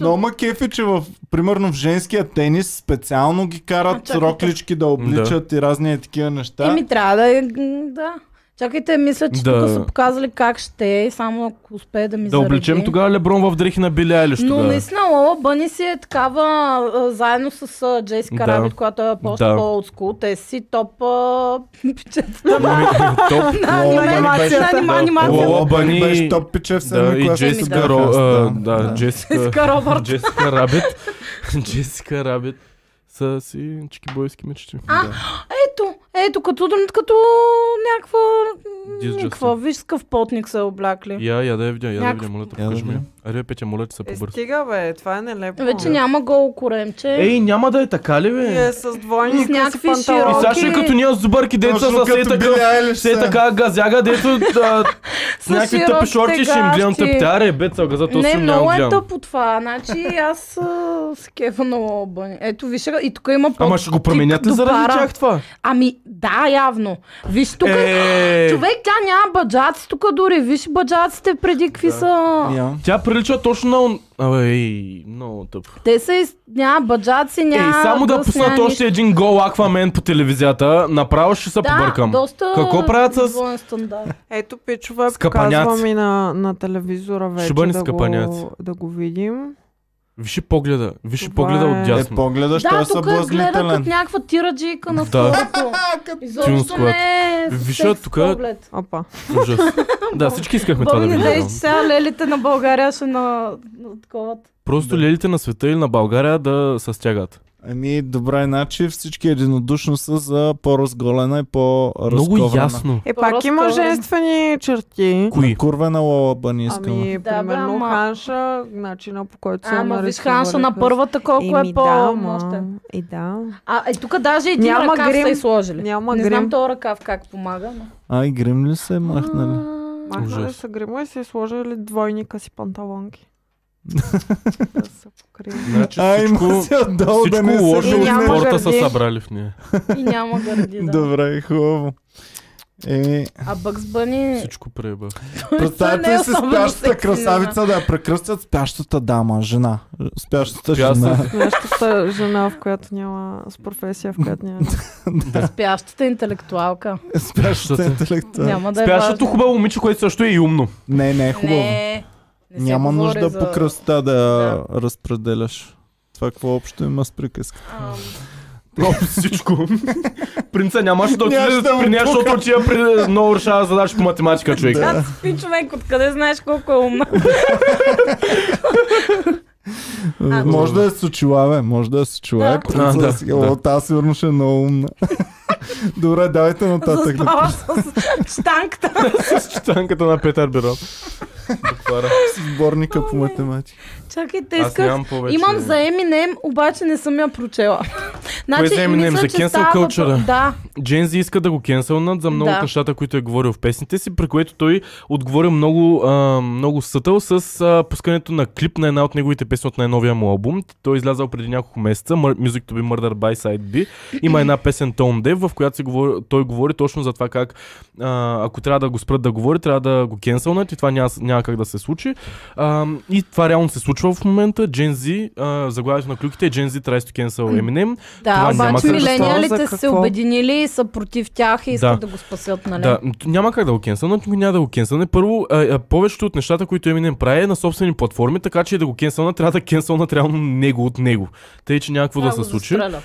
Но ма кефи, че в, примерно в женския тенис специално ги А, карат чакайте. роклички да обличат и разни е такива неща. Еми трябва да е, м, да. Чакайте, мисля, че Да. тук са показали как ще е, само ако успее да ми Да заради. облечем тогава Леброн в дрехи на Били Айлиш Но тогава. наистина Лола Бъни си е такава, а, заедно с а, Джесика Да. Рабит, която е по Да. по те си топ а, пичета Ами, Топ. нали на Лола аниме- Бъни беше- на аниме- Да. анимация. Лола Бъни- беше топ пиче в Да, седми и клас. Джесика да. Ро... а, Да, Да. Джесика... Джесика Робърт. Джесика Рабит. Джесика Рабит. Са си чикибойски мечти. Ето, ето, като, като някаква... Дис Някаква, виж скъв потник са облякли. Я, я да я видя, я да я видя, Някакво- моля, Я да покажи ми. видя. Аре, Петя, моля, че се Е, побърз. стига, бе, това е нелепо. Вече няма голо коремче. Ей, няма да е така ли, И бе? е с двойни С някакви къси И панталони. сега ще е като ние с зубърки деца Точно са все като такъв... Били Айлиш Все са. така газяга, дето да, с С някакви широките тъпи шорти ще им гледам гащи. тъптяре, бе, цял газа, то не, съм много няма е гледам. тъпо това. Значи аз а, се кефа на Лола Бъни. Ето, виж, и тук има потник Ама ще го променят ли до заради пара. тях това? Ами, да, явно. Виж, тук Е, Човек, тя няма баджаци тук дори. Виж баджаците преди какви са. Я. Тя прилича точно на... он- Абе, ей, много тъпо. Те са из... няма баджаци, няма Ей, само да гъс, пуснат няма нищо. още един гол Аквамен по телевизията, направо ще се побъркам. Да, доста Какво правят с- двоен стандарт. Ето, пичове, Скъпаняци. показвам и на, на телевизора вече Шибани да скъпаняци. го, да го видим. Виж и погледа, виж и Това погледа е- от Е, дясно. погледаш, той е Да, тук е гледа съблазнителен. като някаква тираджийка на Да. второто. Изобщо Тюнсклад. не е Виж, секс тук- поглед. Опа. Ужас. Да, всички искахме това да Боми, не видим. дей, да. че сега лелите на България ще на, на такова. Просто лелите на света или на България да се стягат. Ами, добре, значи всички единодушно са за по-разголена и по-разкована. Много ясно. Е, пак има По-разкъвен. женствени черти. Кои? Курвена лола бани искам. Ами, Да, бе, примерно ама- Ханша, начина по който се нали? Ама виж ханша на първата колко е Еми, да, ма. по-мощен. И да. А, е, тук даже един Няма ръкав грим. са изложили. Няма не грим. знам този ръкав как помага. Но... Ай, грим ли се е махнали? А, Ужас. Махнали са грима и са сложили двойника си панталонки. да се покрили. Значи Ай, му всичко, се отдолу да всичко не се лошо И от няма лусне. спорта са гърди. събрали в нея. И няма гърди, да. Добре, хубаво. Е, Еми, А Бъкс Бъни... Всичко преба. представете не е ли си особено спящата секси, красавица да я прекръстят спящата дама, жена. Спящата жена. Спящата. Нещо са жена, в която няма, с професия, в която няма. Спящата интелектуалка. Спящата Спящата. интелектуална. Няма да е Спящото важно. хубаво момиче, което също е и умно. Не, не е хубаво. Не, не се Няма говори нужда за- по кръста да разпределяш. Това какво общо има с приказка? Ам, Просто всичко. Принца нямаше да Нямаше отиде да му при нея, пука. защото отива при много решава задача по математика, човек. Да, спи човек, откъде знаеш колко е умна? Е, Може да е с очила, бе. Може да е с очила. Да. е принца А, да, с- да. О, Тази сигурно ще е много умна. Добре, давайте нататък. Заспава с штанката. С читанката на Петър Бирон. буквара. с сборника Ами. по математика. Чакай, те Аз искат. нямам повече. е Имам за Eminem, обаче не съм я прочела. Значи, за Eminem? За че cancel става въпрос- culture-а? Да, Джензи иска да го кенселнат за много Да. от нещата, които е говорил в песните си, при което той отговори много, а, много сътъл с а, пускането на клип на една от неговите песни от най-новия му албум. Той е излязал преди няколко месеца, Mur- Music to be Murdered by Side B. Има една песен Tom Dev, в която си говори, той говори точно за това как а, ако трябва да го спрат да говори, трябва да го кенселнат и това няма, няма как да се случи. А, и това реално се случва в момента. Джензи, заглавието на клюките е Джензи tries to cancel Eminem. да, няма обаче как да милениалите става. са За се какво? обединили и са против тях и искат да, Да. го спасят, нали? Да, м, т- няма как да го кенсълнат, никой няма да го кенсълне. Първо, а, а, повечето от нещата, които Eminem прави е на собствени платформи, така че да го кенсълнат, трябва да кенсълнат реално него от него. Тъй, че някакво да, Трябва го се случи. застрелят.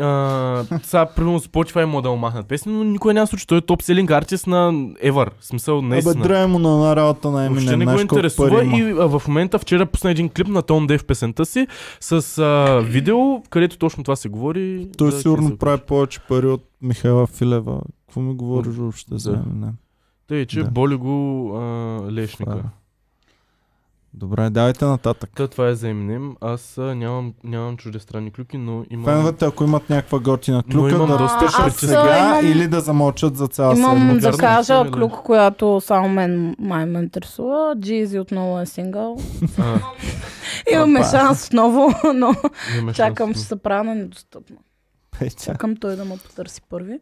А, сега, примерно, Spotify му да му махнат песни, но никой няма случи. Той е топ селинг артист на Ever. В смисъл, Абе, наистина. драе му на една работа на Въобще Eminem. не го Знаеш колко пари интересува има? и а, в момента вчера пусна един клип на Тон Дев песента си с а, видео, където точно това се говори. Той за сигурно cancel прави повече пари от Михайла Филева. Какво ми говориш въобще за Да. Eminem? Тъй, че Да. боли го а, лешника. Това е. Добре, давайте нататък. Та, това е за Eminem. Аз а, нямам, нямам чуждестранни клюки, но имам... Феновете, ако имат някаква готина клюка, имам- да А, растешат аз, сега имам- или да замълчат за цяла Имам седмица. да вярно, кажа сигурен. клюк, която само мен май ме интересува. Джизи отново е сингъл. А, Имаме Опа. шанс отново, но имаме чакам, шанс. ще се правя на недостъпна. Петя. Чакам той да ме потърси първи.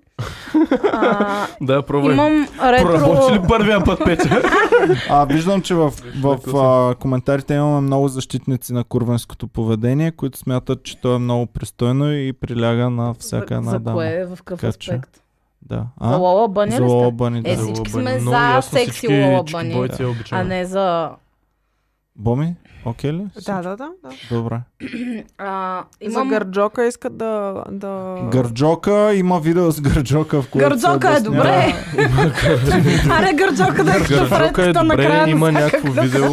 А, Да, пробвай. имам Проработи ли ретро... първия път, Петя? А, виждам, че в, в, а, коментарите имаме много защитници на курвенското поведение, които смятат, че то е много пристойно и приляга на всяка една за дама. кое? В какъв Така че, аспект? Да. За А? Лола Бъня ли сте? Лобани, Е, да. всички сме Много за ясно, секси всички е Лола чик- Bunny. бойци я А обичаме. не за... Боми, окей ли? Да, да, да. да. Добре. А, За имам... гърджока искат да... да... Гърджока, има видео с Гърджока, в което се Гърджока е обяснява- добре. Аре, гърджока да е Гърджока е таблетката накрая добре, на има всяка някакво клюка. видео.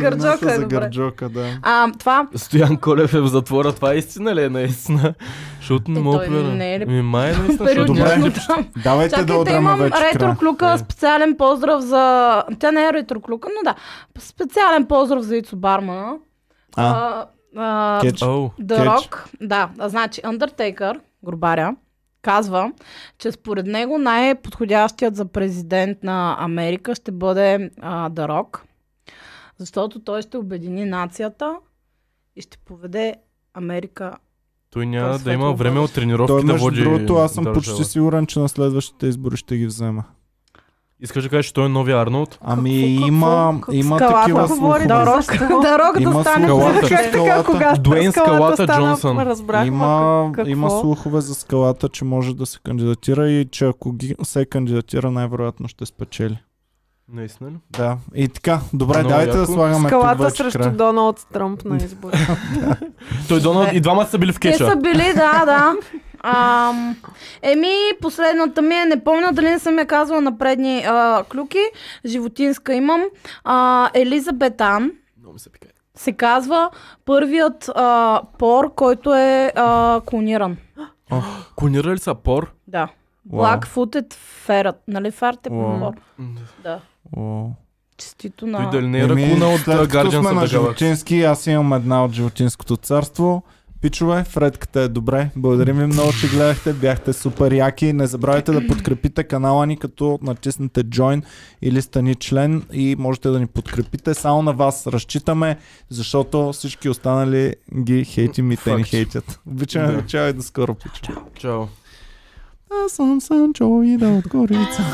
Гърджока е за добре. Гърджока, да. А, това Стоян Колев е в затвора, това е истина ли е наистина? Защото не Е, мога той повярвам. не е ли- Ми, май е наистина, защото няма периодично клип. там. Давайте да Чакайте, удряме имам вече края. ретроклюка, Е. специален поздрав за... Тя не е ретроклюка, но да. Специален поздрав за Ицо Бармана. А, а, кетч. Ау. The Кетч. Rock, да, а, значи Undertaker, грубаря, казва, че според него най-подходящият за президент на Америка ще бъде а, The Rock, защото той ще обедини нацията и ще поведе Америка. Той няма Той да има светло време от тренировки Той, е да между води другото, аз съм държава. почти сигурен, че на следващите избори ще ги взема. Искаш да кажеш, че той е новия Арнолд? Ами Какво- има, какво- има скалата такива говори, слухове. да, The Rock Има да стане скалата. Как президент. така, кога Дуейн Скалата Джонсън. Разбрах, има, какво? има слухове за скалата, че може да се кандидатира и че ако ги, се кандидатира, най-вероятно ще спечели. Наистина ли? Да. И така, добре, Много давайте да яко. слагаме тук Скалата вече срещу край. Доналд Тръмп на избори. Той Доналд и двамата са били Те в кеча. са били, да, да. Ам, еми, последната ми е, не помня дали не съм я казвала на предни а, клюки, животинска имам, а, Елизабетан, Много ми се пикае. се казва първият а, пор, който е а, клониран. Клонира ли са пор? Да. Уау. Blackfooted ferret. Нали ферът е Уау. пор? М, Да. О. Честито Той на... дали не е Еми, ракуна от след а, като сме Guardians Ами, на of the Galaxy? животински, аз имам една от животинското царство. Пичове, Фредката е добре. Благодарим ви много, че гледахте. Бяхте супер яки. Не забравяйте да подкрепите канала ни, като натиснете Join или стани член и можете да ни подкрепите. Само на вас разчитаме, защото всички останали ги хейтим и те ни Факт. хейтят. Обичаме Да. ви, чао и до скоро, пичове. Чао. Аз съм Санчо и да отгорица.